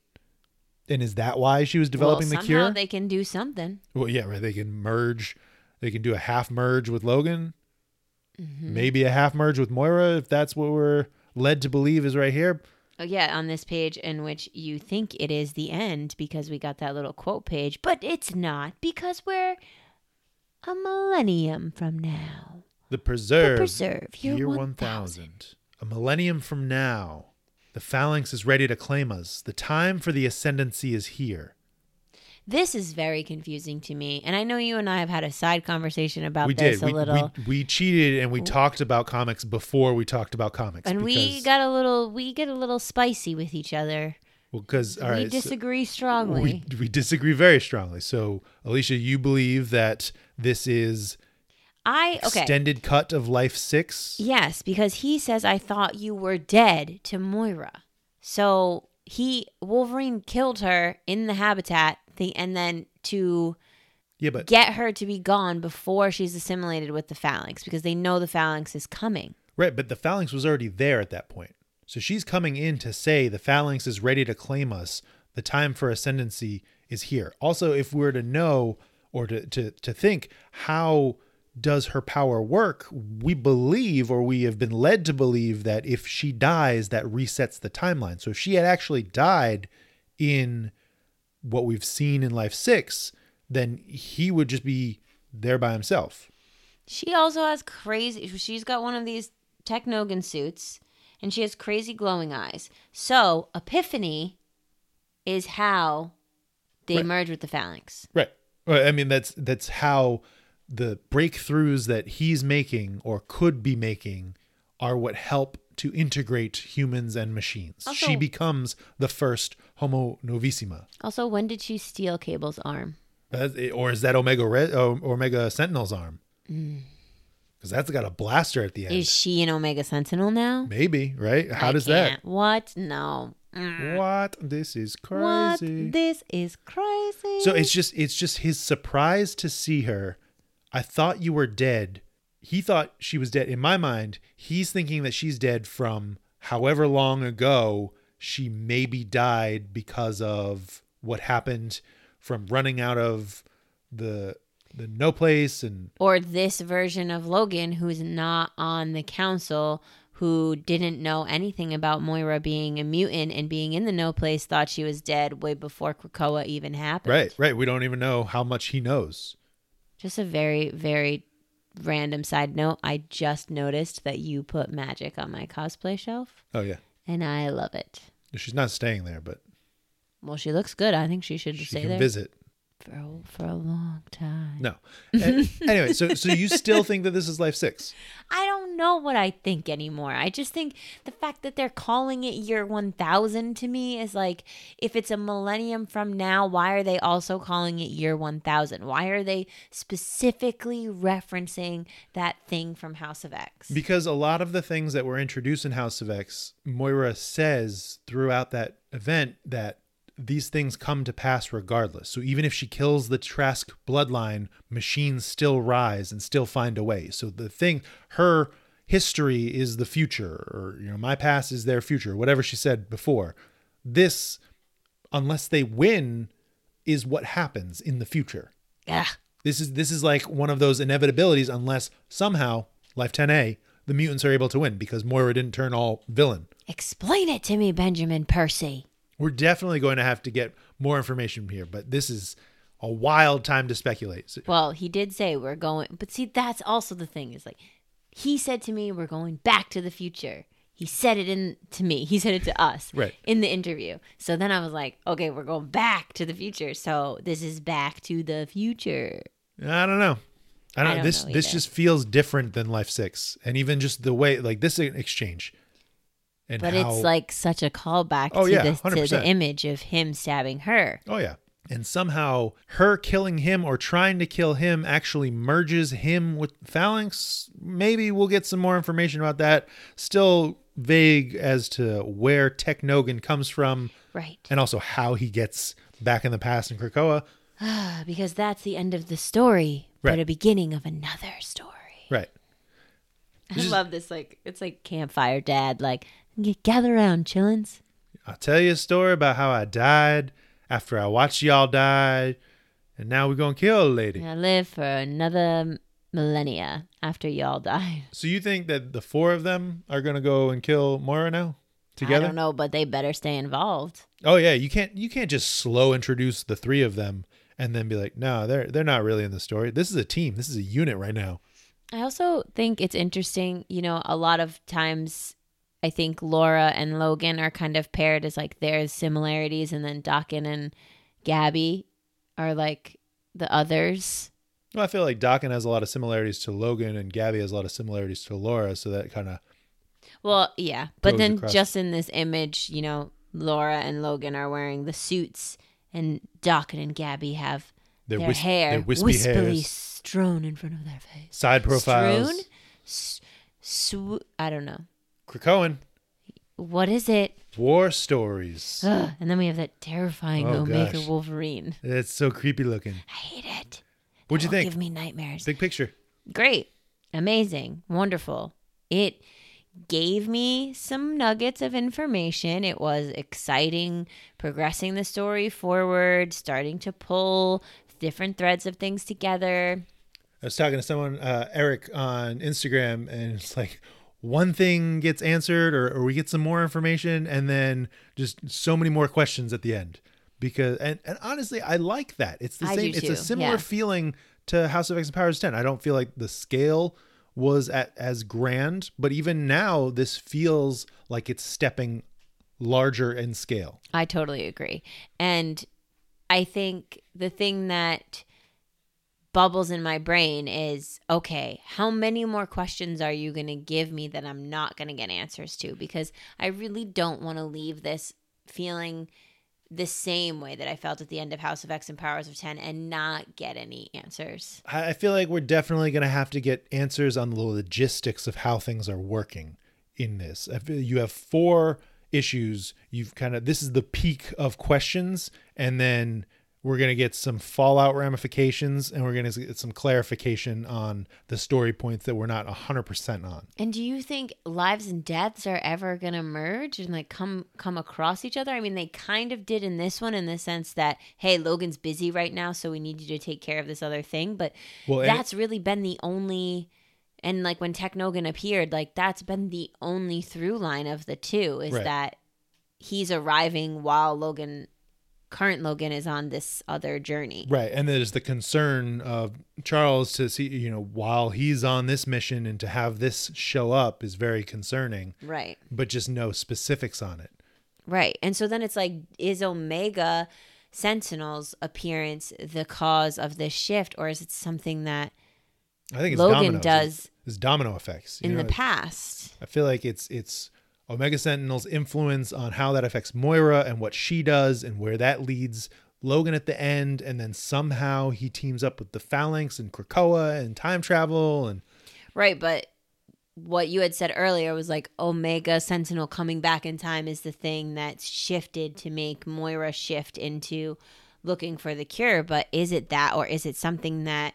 A: And is that why she was developing
B: well,
A: the
B: somehow
A: cure?
B: they can do something.
A: well, yeah, right. They can merge. They can do a half merge with Logan.
B: Mm-hmm.
A: Maybe a half merge with Moira, if that's what we're led to believe is right here.
B: Oh, yeah, on this page in which you think it is the end because we got that little quote page, but it's not because we're a millennium from now.
A: The preserve.
B: preserve, year
A: 1000. A millennium from now. The phalanx is ready to claim us. The time for the ascendancy is here.
B: This is very confusing to me, and I know you and I have had a side conversation about
A: we
B: this
A: did.
B: a
A: We,
B: little, Oh.
A: we we cheated and we talked about comics before we talked about comics.
B: and we
A: because-
B: got a little, we get a little spicy with each other.
A: well because all
B: we
A: right. so
B: disagree strongly.
A: we we disagree very strongly. So Alicia, you believe that this is
B: I okay.
A: extended cut of life six.
B: Yes, because he says, I thought you were dead to Moira. So he, Wolverine killed her in the habitat thing, and then to
A: Yeah, but
B: get her to be gone before she's assimilated with the phalanx because they know the phalanx is coming.
A: right, but the phalanx was already there at that point. So she's coming in to say the phalanx is ready to claim us. The time for ascendancy is here. Also, if we were to know or to to to think how does her power work, we believe or we have been led to believe that if she dies, that resets the timeline. So if she had actually died in what we've seen in life six, then he would just be there by himself.
B: She also has crazy, she's got one of these Technogan suits and she has crazy glowing eyes. So Epiphany is how they
A: Right.
B: merge with the phalanx.
A: Right. Well, I mean, that's that's how the breakthroughs that he's making or could be making are what help to integrate humans and machines. she
B: Also-
A: becomes the first Homo novissima,
B: Also, when did she steal Cable's arm?
A: That- or is that Omega Red, oh, Omega Sentinel's arm? Because because that's got a blaster at the end.
B: Mm. Is she an Omega Sentinel now?
A: Maybe right? How
B: I
A: does
B: can't. What? No. Mm.
A: that? What? This is
B: What?
A: crazy.
B: This is crazy.
A: So it's just it's just his surprise to see her. I thought you were dead. He thought she was dead. In my mind, he's thinking that she's dead from however long ago she maybe died because of what happened from running out of the the no place and
B: or this version of Logan who's not on the council who didn't know anything about Moira being a mutant and being in the no place thought she was dead way before Krakoa even happened.
A: right, right. We don't even know how much he knows.
B: Just a very very random side note. I just noticed that you put magic on my cosplay shelf
A: Oh yeah.
B: and I love it.
A: She's not staying there, but
B: Well, she looks good. I think she should
A: she
B: stay
A: can
B: there
A: visit.
B: for a, for a long time.
A: No. A- anyway, so so you still think that this is life 6?
B: I don't know what I think anymore. I just think the fact that they're calling it year 1000 to me is like, if it's a millennium from now, why are they also calling it year 1000? Why are they specifically referencing that thing from House of X?
A: Because a lot of the things that were introduced in House of X, Moira says throughout that event that these things come to pass regardless. So even if she kills the Trask bloodline, machines still rise and still find a way. So the thing, her history is the future, or you know, my past is their future, whatever she said before. This, unless they win, is what happens in the future.
B: Ugh.
A: This is this is like one of those inevitabilities unless somehow Life 10A the mutants are able to win because Moira didn't turn all villain.
B: Explain it to me, Benjamin Percy.
A: We're definitely going to have to get more information here, but this is a wild time to speculate. So-
B: Well, he did say we're going, but see, that's also the thing is like, he said to me, we're going back to the future. He said it in to me. He said it to us
A: Right.
B: in the interview. So then I was like, okay, we're going back to the future. So this is back to the future.
A: I don't know. I don't,
B: I don't
A: this
B: know
A: this
B: either.
A: just feels different than Life 6 and even just the way like this exchange. And
B: But
A: how-
B: it's like such a callback
A: Oh,
B: to,
A: yeah,
B: this, to the
A: 100%.
B: image of him stabbing her.
A: Oh yeah. And somehow her killing him or trying to kill him actually merges him with Phalanx. Maybe we'll get some more information about that. Still vague as to where Technogan comes from
B: Right.
A: and also how he gets back in the past in Krakoa.
B: Uh, because that's the end of the story,
A: Right.
B: but a beginning of another story.
A: Right.
B: I love this. Like it's like campfire dad. Like "G- gather around, chillins.
A: I'll tell you a story about how I died after I watched y'all die. And now we're gonna kill a lady.
B: I live for another millennia after y'all die.
A: So you think that the four of them are gonna go and kill Moira now? Together?
B: I don't know, but they better stay involved.
A: Oh yeah, you can't you can't just slow introduce the three of them and then be like, no, they're they're not really in the story. This is a team. This is a unit right now.
B: I also think it's interesting, you know, a lot of times I think Laura and Logan are kind of paired as like there's similarities and then Dokken and Gabby are like the others.
A: Well, I feel like Dokken has a lot of similarities to Logan, and Gabby has a lot of similarities to Laura. So that kind of
B: Well, yeah, but
A: Goes
B: then
A: across.
B: just in this image, you know, Laura and Logan are wearing the suits, and Dokken and Gabby have
A: Their
B: their,
A: wisp-
B: hair
A: their wispy
B: wispily
A: hairs.
B: strewn in front of their face.
A: side profiles.
B: Strewn, S- sw- I don't know
A: Krakoan
B: what is it.
A: war stories.
B: Ugh. And then we have that terrifying
A: Oh,
B: Omega
A: gosh.
B: Wolverine.
A: It's so creepy looking.
B: I hate it.
A: What'd you
B: That will
A: think?
B: Give me nightmares.
A: Big picture.
B: great, amazing, wonderful. It gave me some nuggets of information. It was exciting, progressing the story forward, starting to pull different threads of things together.
A: I was talking to someone, uh, Eric, on Instagram, and it's like one thing gets answered, or, or we get some more information, and then just so many more questions at the end. Because and, and honestly, I like that. It's the
B: I
A: same.
B: do
A: It's a
B: too,
A: similar
B: yeah.
A: feeling to House of X and Powers Ten. I don't feel like the scale was at, as grand, but even now, this feels like it's stepping larger in scale.
B: I totally agree. And I think the thing that bubbles in my brain is okay, how many more questions are you going to give me that I'm not going to get answers to? Because I really don't want to leave this feeling the same way that I felt at the end of House of X and Powers of 10 and not get any answers.
A: I I feel like we're definitely going to have to get answers on the logistics of how things are working in this. I feel You have four issues. You've kind of this is the peak of questions, and then we're going to get some fallout ramifications, and we're going to get some clarification on the story points that we're not hundred percent on.
B: And do you think lives and deaths are ever going to merge and like come come across each other? I mean, they kind of did in this one in the sense that hey, Logan's busy right now, so we need you to take care of this other thing, but
A: Well, and-
B: that's really been the only and like when Technogan appeared, like that's been the only through line of the two is
A: Right.
B: that he's arriving while Logan current Logan is on this other journey.
A: Right, and there's the concern of Charles to see, you know, while he's on this mission and to have this show up is very concerning,
B: Right.
A: but just no specifics on it.
B: Right. And so then it's like, is Omega Sentinel's appearance the cause of this shift, or is it something that
A: I think it's
B: Logan
A: dominoes.
B: does-
A: It's domino effects. you
B: in
A: know?
B: the past?
A: I feel like it's it's Omega Sentinel's influence on how that affects Moira and what she does and where that leads Logan at the end, and then somehow he teams up with the Phalanx and Krakoa and time travel and
B: Right. But what you had said earlier was like Omega Sentinel coming back in time is the thing that's shifted to make Moira shift into looking for the cure. But is it that, or is it something that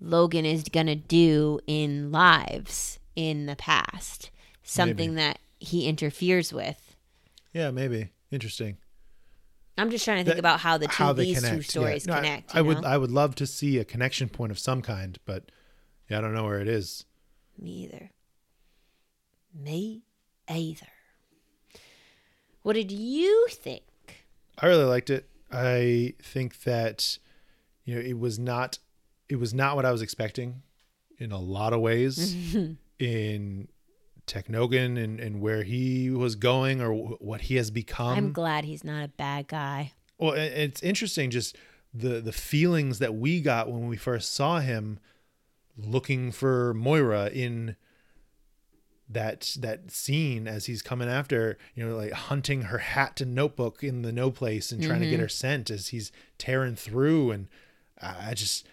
B: Logan is going to do in lives in the past? Something that he interferes with.
A: yeah, maybe interesting.
B: I'm just trying to think
A: that-
B: about how the two these two
A: yeah.
B: stories
A: No, I-
B: connect.
A: I,
B: you
A: would
B: know?
A: I would love to see a connection point of some kind, but yeah, I don't know where it is.
B: me either. Me either. What did you think?
A: I really liked it. I think that you know it was not it was not what I was expecting in a lot of ways in Technogan and and where he was going or wh- what he has become.
B: I'm glad he's not a bad guy.
A: Well, and and it's interesting just the the feelings that we got when we first saw him looking for Moira in that that scene as he's coming after, you know, like hunting her hat and notebook in the no place and trying to
B: Mm-hmm.
A: get her scent as he's tearing through and I I just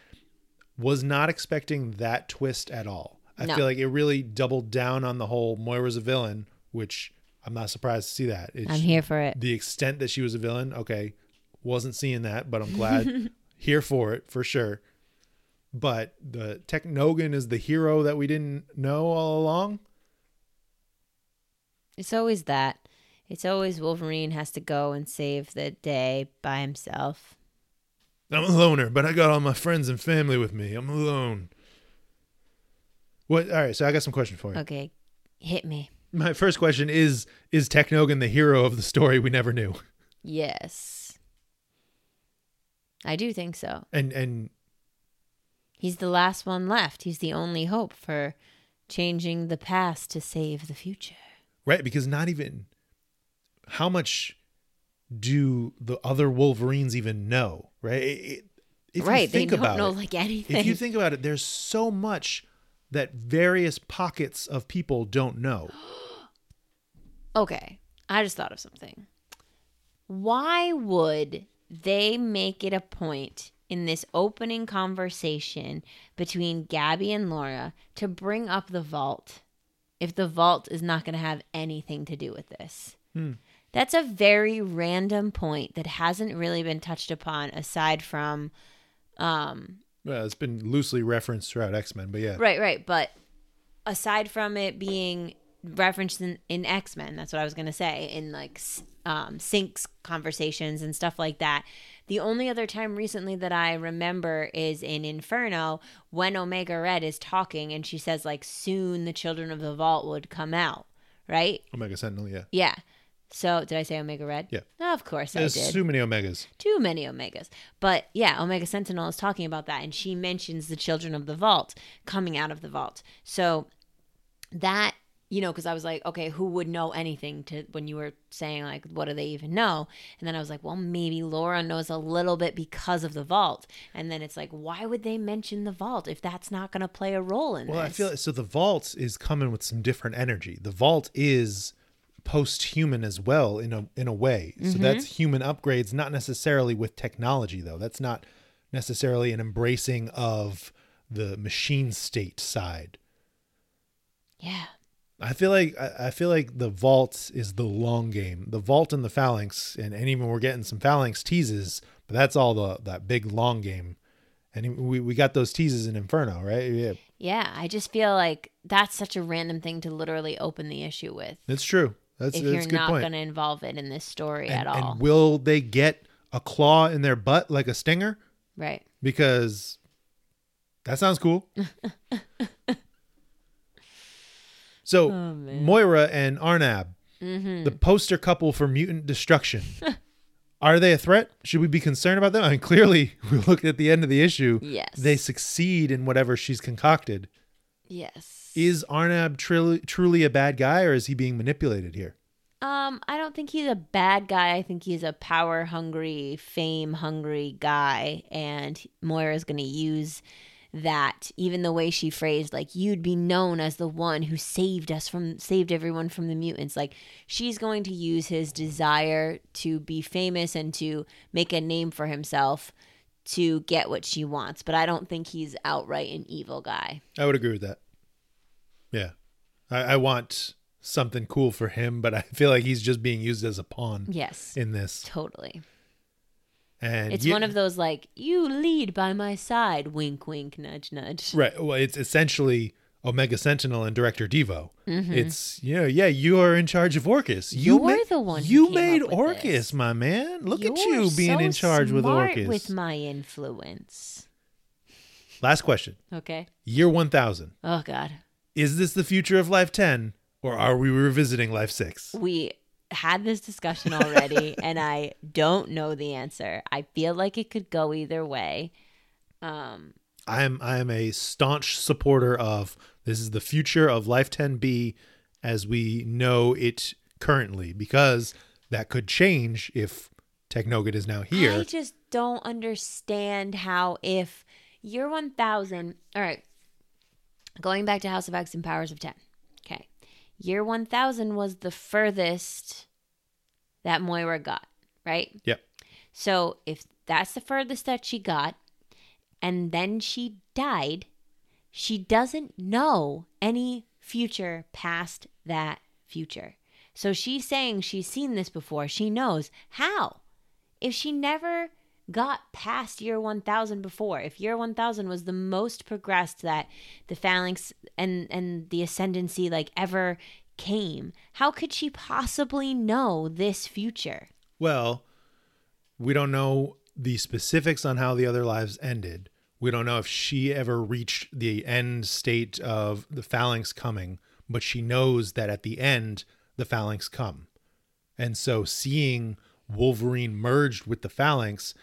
A: was not expecting that twist at all. I
B: No.
A: feel like it really doubled down on the whole Moira's a villain, which I'm not surprised to see that. It's,
B: I'm here for it.
A: the extent that she was a villain, okay, wasn't seeing that, but I'm glad here for it for sure. But the Technogan is the hero that we didn't know all along.
B: It's always that. It's always Wolverine has to go and save the day by himself.
A: I'm a loner, but I got all my friends and family with me. I'm alone. What? All right, so I got some questions for you.
B: Okay, hit me.
A: My first question is: Is Technogan the hero of the story we never knew?
B: Yes. I do think so.
A: And and
B: He's the last one left. He's the only hope for changing the past to save the future.
A: Right, because not even how much do the other Wolverines even know, right? It- it- if
B: right.
A: you think
B: they don't
A: about
B: know
A: it,
B: like anything.
A: if you think about it, there's so much that various pockets of people don't know.
B: okay. I just thought of something. Why would they make it a point in this opening conversation between Gabby and Laura to bring up the vault if the vault is not going to have anything to do with this?
A: Hmm.
B: That's a very random point that hasn't really been touched upon aside from um
A: Well, it's been loosely referenced throughout X Men, but yeah,
B: Right, right. But aside from it being referenced in, in X Men, that's what I was gonna say in like s- um, Sync's conversations and stuff like that. The only other time recently that I remember is in Inferno when Omega Red is talking and she says like soon the children of the vault would come out, right?
A: Omega Sentinel, yeah.
B: Yeah. So did I say Omega Red?
A: Yeah.
B: of course I
A: There's
B: did
A: so many Omegas.
B: too many omegas. But yeah, Omega Sentinel is talking about that and she mentions the children of the vault coming out of the vault. So that, you know, cuz I was like, okay, who would know anything to when you were saying like what do they even know? And then I was like, well, maybe Laura knows a little bit because of the vault. And then it's like, why would they mention the vault if that's not going to play a role in
A: Well, I
B: this?
A: feel so. The vault is coming with some different energy. The vault is post-human as well in a in a way. So
B: Mm-hmm.
A: that's human upgrades, not necessarily with technology though. That's not necessarily an embracing of the machine state side.
B: Yeah.
A: I feel like I I feel like the vault is the long game. The vault and the phalanx, and, and even we're getting some phalanx teases, but that's all the that big long game. And we, we got those teases in Inferno, right? Yeah,
B: Yeah. I just feel like that's such a random thing to literally open the issue with
A: that's true. That's
B: if
A: that's
B: you're
A: a good
B: not
A: point.
B: going to involve it in this story
A: and,
B: at all.
A: and will they get a claw in their butt like a stinger?
B: right.
A: Because that sounds cool. so
B: Oh, man.
A: Moira and Arnab,
B: Mm-hmm.
A: the poster couple for mutant destruction. Are they a threat? Should we be concerned about them? I mean, clearly, we looked at the end of the issue.
B: Yes.
A: They succeed in whatever she's concocted.
B: yes.
A: Is Arnab truly, truly a bad guy, or is he being manipulated here?
B: Um, I don't think he's a bad guy. I think he's a power hungry, fame hungry guy, and Moira's gonna use that. Even the way she phrased, like "you'd be known as the one who saved us from, saved everyone from the mutants," like she's going to use his desire to be famous and to make a name for himself to get what she wants. But I don't think he's outright an evil guy.
A: I would agree with that. Yeah, I, I want something cool for him, but I feel like he's just being used as a pawn
B: Yes,
A: in this.
B: totally.
A: And
B: It's
A: ye-
B: one of those like you lead by my side, wink, wink, nudge, nudge.
A: Right. Well, it's essentially Omega Sentinel and Director Devo. It's you know, yeah, you are in charge of Orcus. You
B: Mm-hmm. You're the one who
A: You
B: came
A: made
B: up with
A: Orcus,
B: this.
A: my man. Look at
B: You're
A: you being
B: so
A: in charge with
B: smart
A: Orcus.
B: With my influence.
A: Last question.
B: Okay.
A: Year one thousand.
B: Oh God,
A: Is this the future of Life Ten, or are we revisiting Life Six?
B: we had this discussion already, and I don't know the answer. I feel like it could go either way. Um.
A: I am I am a staunch supporter of this is the future of Life 10B as we know it currently because that could change if Technogat is now
B: I
A: here.
B: just don't understand how if year 1000, all right, going back to House of X and Powers of 10. Okay. Year 1000 was the furthest that Moira got, right?
A: Yep.
B: So if that's the furthest that she got, and then she died, she doesn't know any future past that future. So she's saying she's seen this before. She knows how. If she never got past year 1000 before, if year 1000 was the most progressed that the phalanx and and the ascendancy like ever came, how could she possibly know this future?
A: Well, we don't know the specifics on how the other lives ended. We don't know if she ever reached the end state of the phalanx coming, but she knows that at the end the phalanx come. And so seeing Wolverine merged with the phalanx,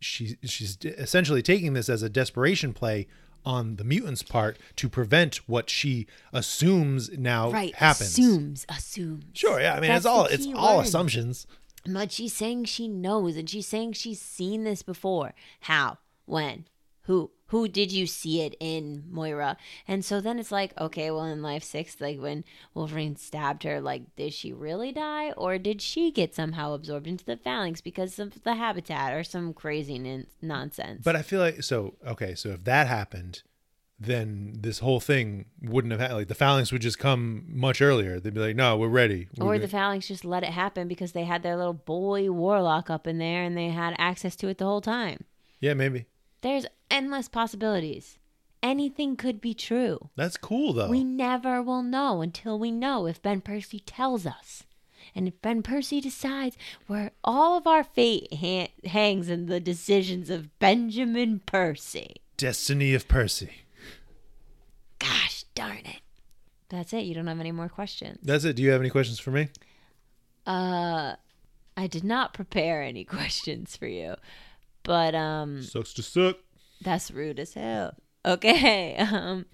A: she she's essentially taking this as a desperation play on the mutants part to prevent what she assumes now happens.
B: assumes assumes
A: Sure, yeah. I mean,
B: That's
A: it's all
B: the
A: it's
B: key
A: all
B: word.
A: assumptions.
B: but she's saying she knows and she's saying she's seen this before how when who who did you see it in moira and so then it's like okay well in life six like when wolverine stabbed her like did she really die or did she get somehow absorbed into the phalanx because of the habitat or some crazy nin- nonsense
A: But I feel like so okay, so if that happened, then this whole thing wouldn't have happened. Like the phalanx would just come much earlier. They'd be like, "No, we're ready." We're
B: or
A: gonna-
B: the phalanx just let it happen because they had their little boy warlock up in there and they had access to it the whole time
A: yeah, maybe
B: There's endless possibilities. Anything could be true.
A: that's cool though.
B: We never will know until we know if Ben Percy tells us. And if Ben Percy decides where all of our fate ha- hangs in the decisions of Benjamin Percy.
A: Destiny of Percy.
B: Gosh darn it. That's it. You don't have any more questions.
A: That's it. Do you have any questions for me?
B: Uh I did not prepare any questions for you. But um
A: Sucks to suck.
B: That's rude as hell. Okay. Um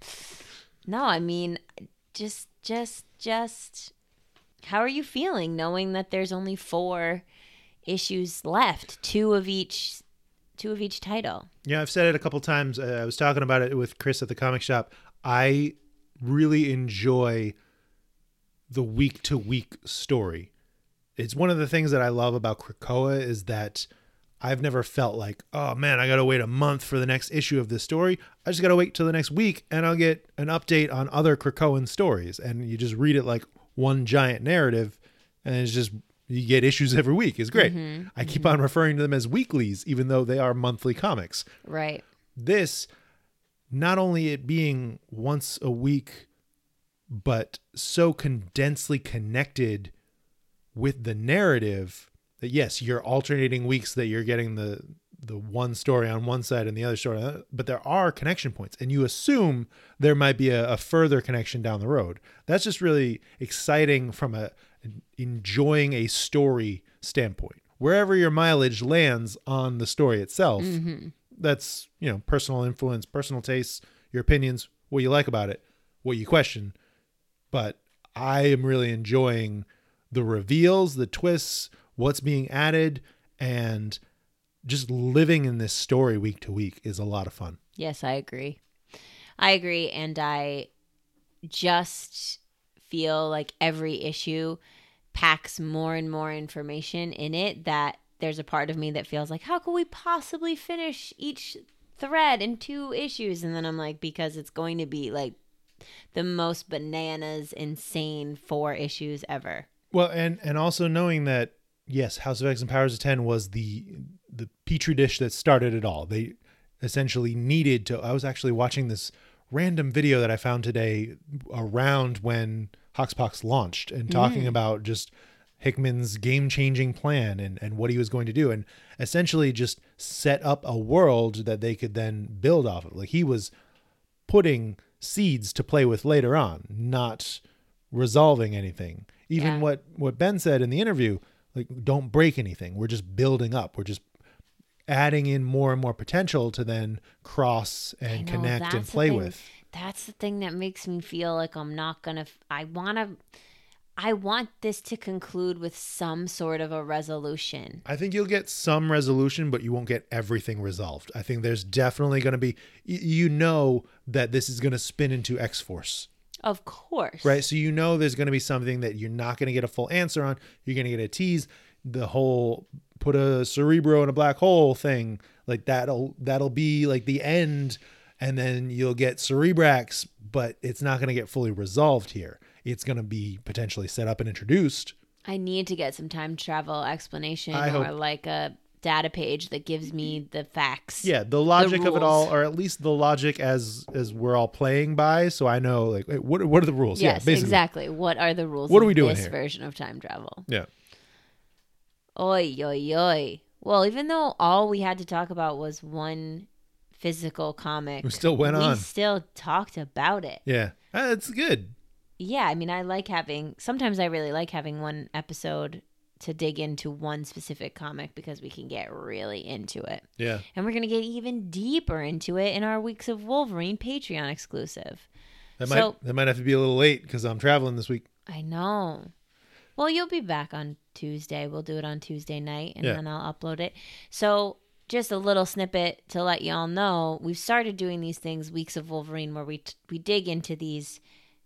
B: No, I mean just just just how are you feeling knowing that there's only 4 issues left, two of each two of each title?
A: Yeah, I've said it a couple times. Uh, I was talking about it with Chris at the comic shop. I really enjoy the week to week story. It's one of the things that I love about Krakoa is that I've never felt like, oh man, I got to wait a month for the next issue of this story. I just got to wait till the next week and I'll get an update on other Krakoan stories. And you just read it like one giant narrative and it's just, you get issues every week. It's great. I keep on referring to them as weeklies, even though they are monthly comics
B: Right.
A: this not only it being once a week but so condensely connected with the narrative that yes you're alternating weeks that you're getting the the one story on one side and the other story on the other, but there are connection points and you assume there might be a, a further connection down the road that's just really exciting from a an enjoying a story standpoint wherever your mileage lands on the story itself that's you know personal influence personal tastes your opinions what you like about it what you question but i am really enjoying the reveals the twists what's being added and just living in this story week to week is a lot of fun
B: Yes, I agree. I agree. And I just feel like every issue packs more and more information in it that there's a part of me that feels like, how could we possibly finish each thread in two issues? And then I'm like, because it's going to be like the most bananas, insane four issues ever.
A: well and and also knowing that yes house of x and powers of 10 was the the petri dish that started it all they essentially needed to i was actually watching this random video that i found today around when hoxpox launched and talking about just hickman's game-changing plan and, and what he was going to do and essentially just set up a world that they could then build off of like he was putting seeds to play with later on, not resolving anything. Even
B: Yeah.
A: what what Ben said in the interview, like don't break anything. We're just building up. We're just adding in more and more potential to then cross and
B: know,
A: connect and
B: that's the
A: play
B: thing-
A: with.
B: That's the thing that makes me feel like I'm not gonna. f- I wanna. I want this to conclude with some sort of a resolution.
A: I think you'll get some resolution, but you won't get everything resolved. I think there's definitely going to be, y- you know, that this is going to spin into X Force.
B: Of course.
A: right? So you know there's going to be something that you're not going to get a full answer on. You're going to get a tease. The whole put a cerebro in a black hole thing, like that'll that'll be like the end, and then you'll get cerebrax, but it's not going to get fully resolved here. It's going to be potentially set up and introduced.
B: I need to get some time travel explanation
A: I
B: or
A: hope-
B: like a data page that gives me the facts.
A: Yeah, the logic of it
B: rules.
A: all, or at least the logic as as we're all playing by, so I know like wait, what are- what are the rules? yeah,
B: Yes,
A: basically.
B: exactly. What are the rules
A: What are
B: of
A: we doing
B: this
A: here?
B: version of time travel?
A: Yeah.
B: Oi, oi, oi. Well, even though all we had to talk about was one physical comic,
A: We still went
B: we
A: on.
B: still talked about it.
A: Yeah, that's good.
B: yeah i mean i like having sometimes i really like having one episode to dig into one specific comic because we can get really into it
A: Yeah.
B: and we're going to get even deeper into it in our weeks of wolverine patreon exclusive
A: That might
B: So-
A: that might have to be a little late because I'm traveling this week.
B: i know well you'll be back on tuesday we'll do it on tuesday night and
A: Yeah.
B: then i'll upload it so just a little snippet to let y'all know we've started doing these things weeks of wolverine where we t- we dig into these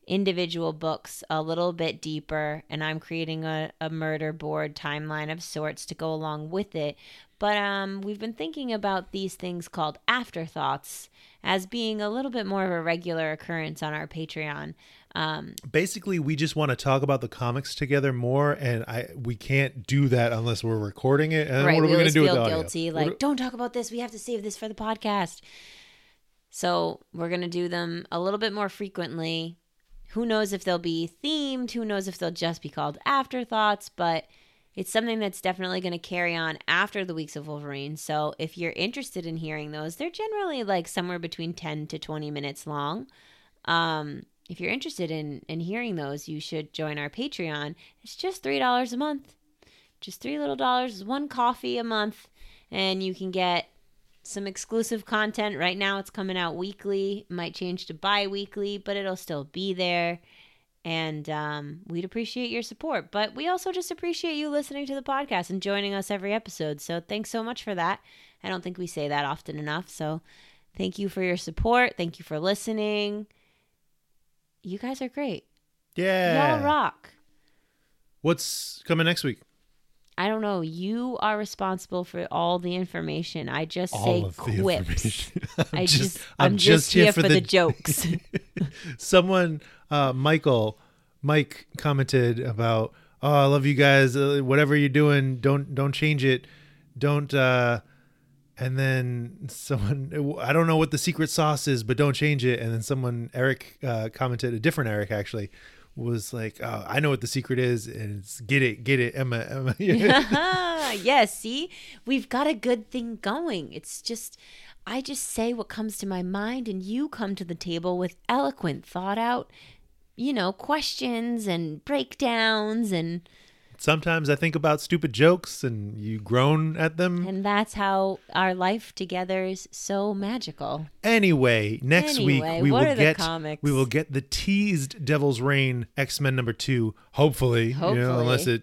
B: individual books a little bit deeper and i'm creating a, a murder board timeline of sorts to go along with it but um, we've been thinking about these things called afterthoughts as being a little bit more of a regular occurrence on our patreon um,
A: Basically, we just want to talk about the comics together more, and I we can't do that unless we're recording it. And
B: right
A: what are
B: we,
A: we, going to
B: always
A: do with
B: feel
A: the audio?
B: guilty
A: What
B: like
A: do-
B: don't talk about this we have to save this for the podcast so we're going to do them a little bit more frequently who knows if they'll be themed who knows if they'll just be called afterthoughts but it's something that's definitely going to carry on after the weeks of wolverine so if you're interested in hearing those they're generally like somewhere between 10 to 20 minutes long um if you're interested in in hearing those you should join our patreon it's just three dollars a month just three little dollars one coffee a month and you can get some exclusive content right now it's coming out weekly might change to bi-weekly but it'll still be there and um, we'd appreciate your support but we also just appreciate you listening to the podcast and joining us every episode so thanks so much for that i don't think we say that often enough so thank you for your support thank you for listening you guys are great
A: yeah,
B: y'all rock
A: What's coming next week?
B: I don't know. You are responsible for all the information. I just
A: All
B: say
A: of the
B: quips.
A: information. I'm
B: I just, I'm, just, here, for, the, jokes.
A: someone uh michael mike commented about oh i love you guys uh, whatever you're doing don't don't change it don't uh and then someone i don't know what the secret sauce is but don't change it and then someone eric uh commented a different eric actually was like oh, i know what the secret is and it's get it get it emma emma
B: yeah, see? We've got a good thing going. It's just I just say what comes to my mind and you come to the table with eloquent thought out, you know, questions and breakdowns and
A: sometimes i think about stupid jokes and you groan at them
B: and that's how our life together is so magical.
A: Anyway, next
B: Anyway,
A: week we
B: what
A: will
B: are the
A: get
B: comics?
A: we will get the teased Devil's Reign X Men number two. Hopefully, you know,
B: Hopefully.
A: unless it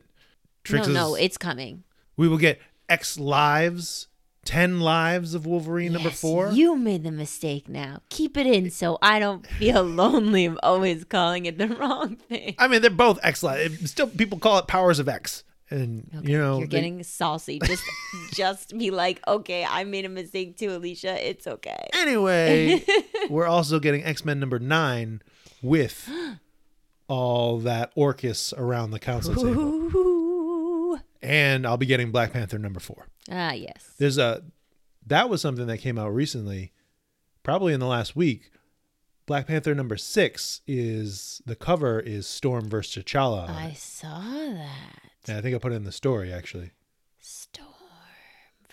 A: tricks
B: no,
A: us.
B: no, it's coming.
A: we will get X Lives, ten lives of Wolverine number
B: Yes,
A: four.
B: You made the mistake now. Keep it in so I don't feel lonely of always calling it the wrong thing.
A: I mean, they're both X Lives. Still, people call it Powers of X, and you know
B: You're
A: they-
B: getting saucy. Just just be like, okay, I made a mistake too, Alicia. It's okay.
A: Anyway, we're also getting X Men number nine with all that Orcus around the council table,
B: Ooh.
A: and I'll be getting Black Panther number four.
B: Ah, yes.
A: there's a that was something that came out recently probably in the last week black panther number six is the cover is storm versus t'challa on
B: I
A: it.
B: saw that.
A: and i think i put it in the story actually
B: Storm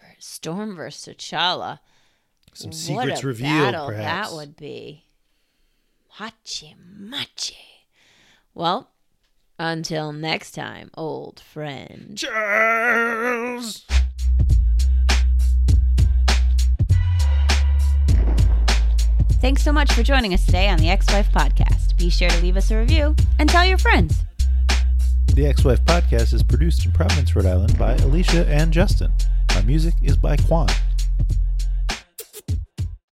B: ver- Storm versus T'Challa.
A: some
B: what
A: secrets
B: a
A: revealed
B: battle
A: perhaps
B: That would be. Machi machi. Well, until next time, old friend.
A: Charles!
C: Thanks so much for joining us today on the Ex Wife Podcast. Be sure to leave us a review and tell your friends.
A: the ex-wife podcast is produced in providence rhode island by alicia and justin our music is by quan